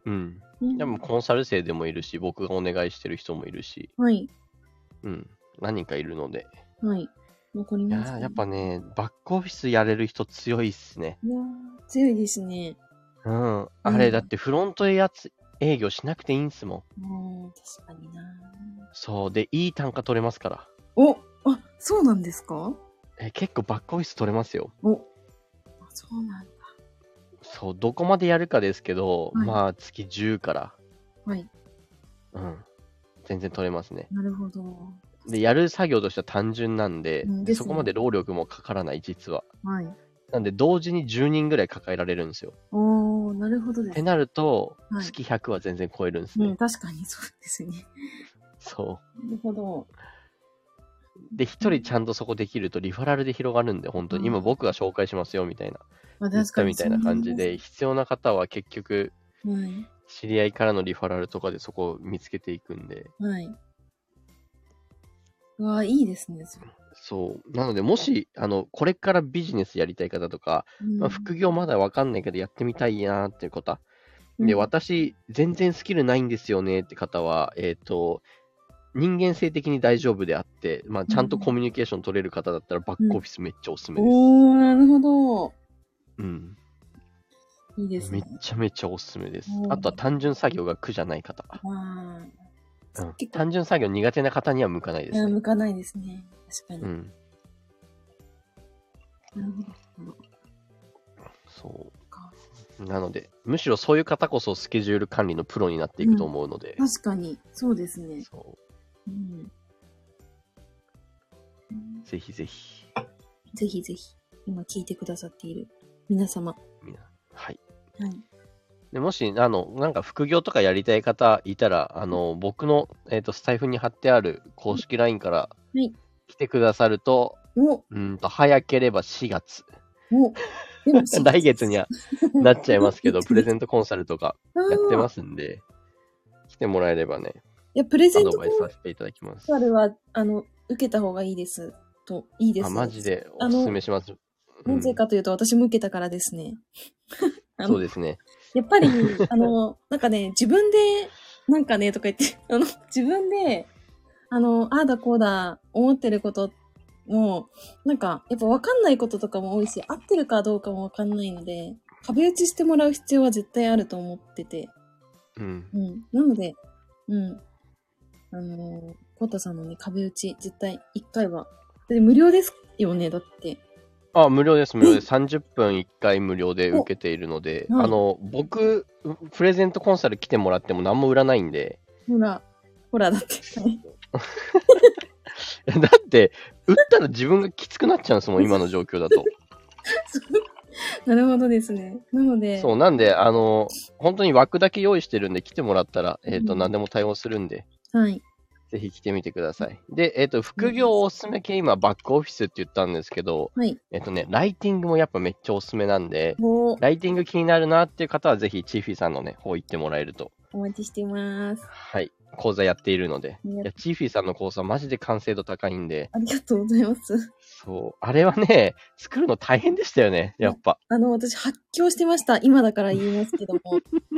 B: うん。
A: うん
B: でも、コンサル生でもいるし、僕がお願いしてる人もいるし、
A: はい
B: うん。何人かいるので。
A: はい残り
B: いや
A: ます、
B: ーやっぱね、バックオフィスやれる人強いっすね。
A: いやー強いですね。
B: うん。
A: う
B: あ
A: ん
B: れ、だってフロントやつ、営業しなくていいんすもん。
A: うん確かにな。
B: そう。で、いい単価取れますから。
A: おあそうなんですか
B: え結構バックオフィス取れますよ。
A: おあそうなんだ。
B: そう、どこまでやるかですけど、
A: はい
B: まあ、月10から、
A: はい
B: うん。全然取れますね。
A: なるほど。
B: で、やる作業としては単純なんで、
A: うん
B: で
A: ですね
B: そこまで労力もかからない、実は。
A: はい。
B: なんで、同時に10人ぐらい抱えられるんですよ。
A: おおなるほどで
B: って
A: す。
B: なると、
A: はい
B: 月100は全然超えるんですね。
A: うん、確かにそうですね。
B: そ
A: なるほど。
B: う。で、1人ちゃんとそこできると、リファラルで広がるんで、本当に、
A: うん
B: 今僕が紹介しますよ、みたいな。
A: まあ、
B: 言っ
A: 確か
B: た
A: に
B: みたいな感じで、必要な方は結局、
A: そうなんです。
B: 知り合いからのリファラルとかでそこを見つけていくんで、
A: はい。はい。うわ、いいですね、それ。
B: そう。なので、もし、あの、これからビジネスやりたい方とか、
A: うん
B: まあ、副業まだわかんないけどやってみたいなーっていう方。
A: うん
B: で、私、全然スキルないんですよねって方は、えっ、と、人間性的に大丈夫であって、まあ、ちゃんとコミュニケーション取れる方だったら、バックオフィスめっちゃおすすめです。
A: おー、なるほ
B: うん。
A: ど。いいです
B: めっ
A: ね。
B: ちゃめちゃおすすめです
A: う。ん
B: あとは単純作業が苦じゃない方。
A: まあ、
B: うん
A: 結構、
B: 単純作業苦手な方には向かないです
A: あ
B: ね。
A: 向かないですね。確
B: う
A: かに。
B: ん。
A: なるほど。
B: そ
A: か
B: う。なので、むしろそういう方こそスケジュール管理のプロになっていくと思うので、
A: 確かに、そうですね。
B: そ
A: うん。うん
B: う。ぜひぜひ。
A: ぜひぜひ、今聞いてくださっている皆様。は
B: みんな。はい。
A: い。
B: でもし、あの、なんか副業とかやりたい方いたら、あの、僕の、えっ、と、スタイフに貼ってある公式 LINE から
A: い
B: 来てくださると、
A: お
B: うーんと、早ければ4月、
A: おで
B: 来月にはなっちゃいます けど、プレゼ
A: ン
B: ントコンサルとか
A: ト。
B: やってますすんで、来てもらえればね、
A: いや、プレゼ
B: ア
A: ン
B: ド
A: ト
B: バイスさせていただきます
A: コ。ンサルは、あの、受けた方がいいです。と、いいです。
B: あ、マジ。でおすすめします。う
A: なんぜかというと、私も受けたからですね。 あ
B: そ
A: の
B: うですね。
A: やっぱり、あの、なんかね、自分で、なんかね、とか言って、 あの、自分で、あの、ああだこうだ、思ってることも、なんか、やっぱ分かんないこととかも多いし、合ってるかどうかも分かんないので、壁打ちしてもらう必要は絶対あると思ってて、
B: うん。
A: うん。なので、うん。あの、コータさんのね、壁打ち、絶対一回は。で無料ですよね、だって。
B: あ、無料です、無料です。30分1回無料で受けているので、
A: おはい
B: あの、僕、プレゼントコンサル来てもらっても何も売らないんで、
A: ほら、ほら、だって。 はい
B: だって、売ったら自分がきつくなっちゃうんですもん、今の状況だと。
A: なるほどですね。なので、
B: そう、なんで、あの、本当に枠だけ用意してるんで、来てもらったら、えっ、
A: う
B: と、
A: ん
B: 何でも対応するんで、
A: はい。
B: ぜひ来てみてください。で、えっ、と、副業おすすめ系、今、バックオフィスって言ったんですけど、
A: はい。
B: えっ、とね、ライティングもやっぱめっちゃおすすめなんで、
A: もう、
B: ライティング気になるなっていう方は、ぜひ、チーフィーさんのね、方行ってもらえると。
A: お待ちしてます。
B: はい。講座やっているので。
A: あり
B: い
A: が
B: や、チーフィーさんの講座、マジで完成度高いんで、
A: ありがとうございます。
B: そう。あれはね、作るの大変でしたよね、やっぱ。
A: あの、私、発狂してました。今だから言いますけ ども。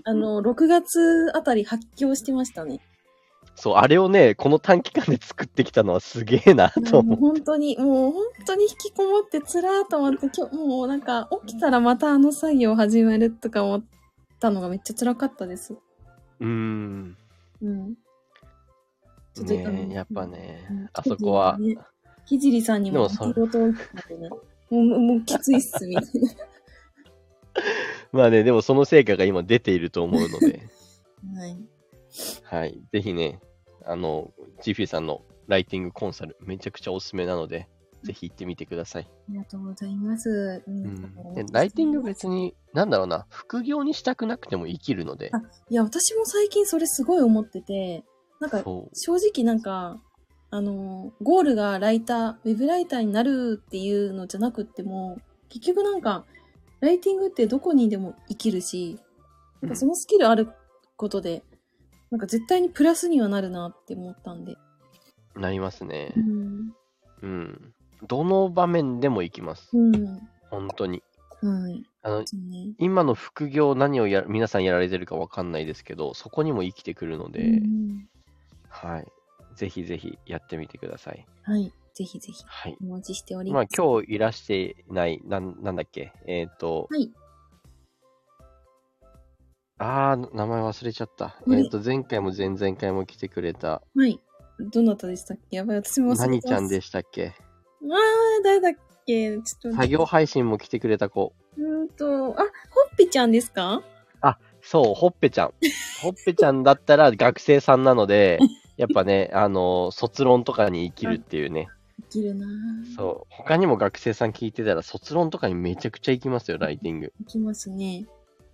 A: あの、6月あたり発狂してましたね。
B: そう、あれをね、この短期間で作ってきたのはすげえな、と
A: も
B: 思
A: う
B: う。
A: 本当に、もう本当に引きこもってつらーと思って、今日、もうなんか、起きたらまたあの作業始めるとか思ったのがめっちゃ辛かったです。
B: うーん。
A: うん。ちょっと
B: ね
A: うん
B: えやっぱね
A: うん、
B: あそこは、。
A: ひじりさんにも
B: でもそ
A: 仕事を言ってね。もう、もうきついっす、みたいな。
B: まあね、でもその成果が今出ていると思うので、
A: はい。
B: はい。ぜひね、あの、チーフィーさんのライティングコンサル、めちゃくちゃおすすめなので、ぜひ行ってみてください。
A: ありがとうございます。う
B: うん。で、ライティング別に、なんだろうな、副業にしたくなくても生きるので、
A: あいや、私も最近それすごい思ってて、なんか、
B: そう。
A: 正直なんか、あの、ゴールがライター、ウェブライターになるっていうのじゃなくっても、結局なんか、ライティングってどこにでも生きるし、なんかそのスキルあることで、なんか絶対にプラスにはなるなって思ったんで。
B: なりますね
A: う。ん。
B: うん。どの場面でも行きます。
A: うん。
B: 本当に。
A: はい。
B: あの、
A: そうね。
B: 今の副業何をや、皆さんやられてるかわかんないですけど、そこにも生きてくるの
A: う
B: で、
A: ん
B: はい。ぜひぜひやってみてください。
A: はい。ぜひぜひ、
B: はい。
A: お待ちしておりま
B: まあ
A: す。
B: 今日いらしていない、なん、なんだっけ、えっ、と、
A: はい。
B: あー、名前忘れちゃった。
A: うん
B: えっ、と、前回も前々回も来てくれた、
A: はい。どなたでしたっけやばい、私も忘れて
B: 何ちゃん
A: す
B: でしたっけ
A: あー、誰だっけちょっと。
B: 作業配信も来てくれた子。
A: うーんと、あ、ほっぺちゃんですか
B: そう、ほっぺちゃん。ほっぺちゃんだったら学生さんなので、 やっぱね、あの、卒論とかに生きるっていうね。
A: できるなぁ
B: そう。他にも学生さん聞いてたら、卒論とかにめちゃくちゃ行きますよ、ライティング。
A: できますね。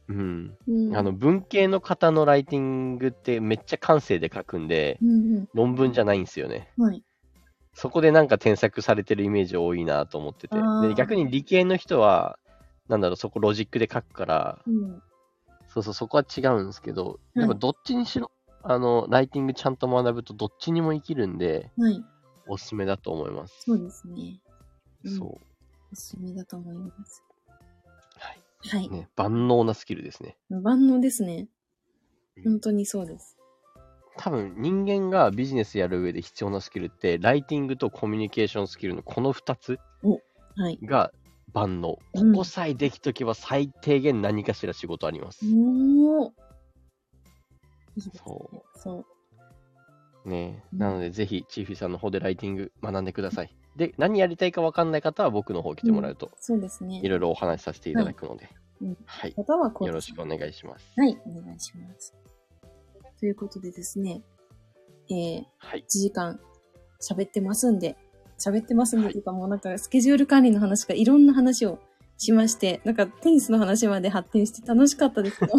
B: うん。
A: うん。
B: あの、文系の方のライティングってめっちゃ感性で書くんで、
A: うん
B: 論文じゃないんですよね。
A: うん。はい。
B: そこでなんか添削されてるイメージ多いなと思ってて
A: あ。ー
B: で逆に理系の人は、なんだろう、そこロジックで書くから、
A: うん。
B: そうそう、そこは違うんですけど、
A: い
B: やっぱどっちにしろ、あの、ライティングちゃんと学ぶとどっちにも生きるんで、
A: はい。
B: おすすめだと思います。
A: そうですね。うん
B: そ
A: おすすめだと思います。
B: う。
A: は
B: はいい。。ね、万能なスキルですね。
A: 万能ですね。本当にそうです。
B: 多分、人間がビジネスやる上で必要なスキルって、ライティングとコミュニケーションスキルのこの2つ
A: はい。
B: が万能。
A: う
B: こ
A: ん
B: こさえできとけば最低限何かしら仕事あります。
A: おー。いいですね。
B: そ
A: そう。
B: ね
A: うん
B: なので、ぜひ、チーフィーさんの方でライティング学んでください。で、何やりたいか分かんない方は僕の方来てもらうと、
A: そうですね
B: い。ろいろお話しさせていただくので
A: うん、
B: はい。
A: 方はこう
B: よろしくお願いします。
A: はい。お願いします。ということでですね。えー、
B: はい
A: 1。時間喋ってますんで、喋ってますんで
B: はい
A: というか、もうなんかスケジュール管理の話からいろんな話をしまして、なんかテニスの話まで発展して楽しかったですけ ど。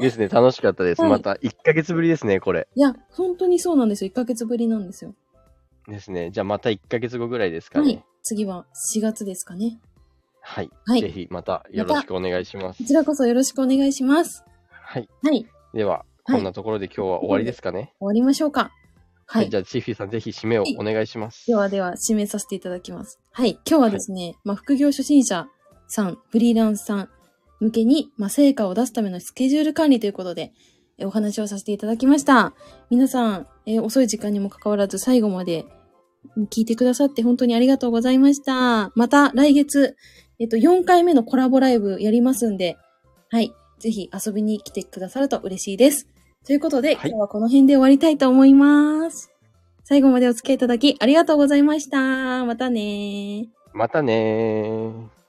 A: い
B: ですね、楽しかったです。
A: はい
B: また、1ヶ月ぶりですね、これ。
A: や、本当にそうなんですよ。1ヶ月ぶりなんですよ。
B: ですね。じゃあ、また1ヶ月後ぐらいですか
A: はい
B: ね。。
A: 次は4月ですかね。
B: はい。
A: はい
B: ぜひ、またよろしくお願いします
A: こ。ちらこそよろしくお願いします。
B: はい。
A: はい。終
B: では、こんなところで今日は終わりですかね。
A: わりましょうか。は
B: はいい。じ。ゃあ、チーフィーさん、ぜひ締めをお願いします。
A: ではでは、締めさせていただきます。はい。今日はですね、まあ、副業初心者さん、フリーランスさん、向けに、まあ、成果を出すためのスケジュール管理ということで、えお話をさせていただきました。皆さん、え遅い時間にもかかわらず最後まで聞いてくださって本当にありがとうございました。また来月、えっと、4回目のコラボライブやりますんで、はい、ぜひ遊びに来てくださると嬉しいです。ということで、
B: はい
A: 今日はこの辺で終わりたいと思います。最後までお付き合いいただきありがとうございました。またねー。
B: またねー。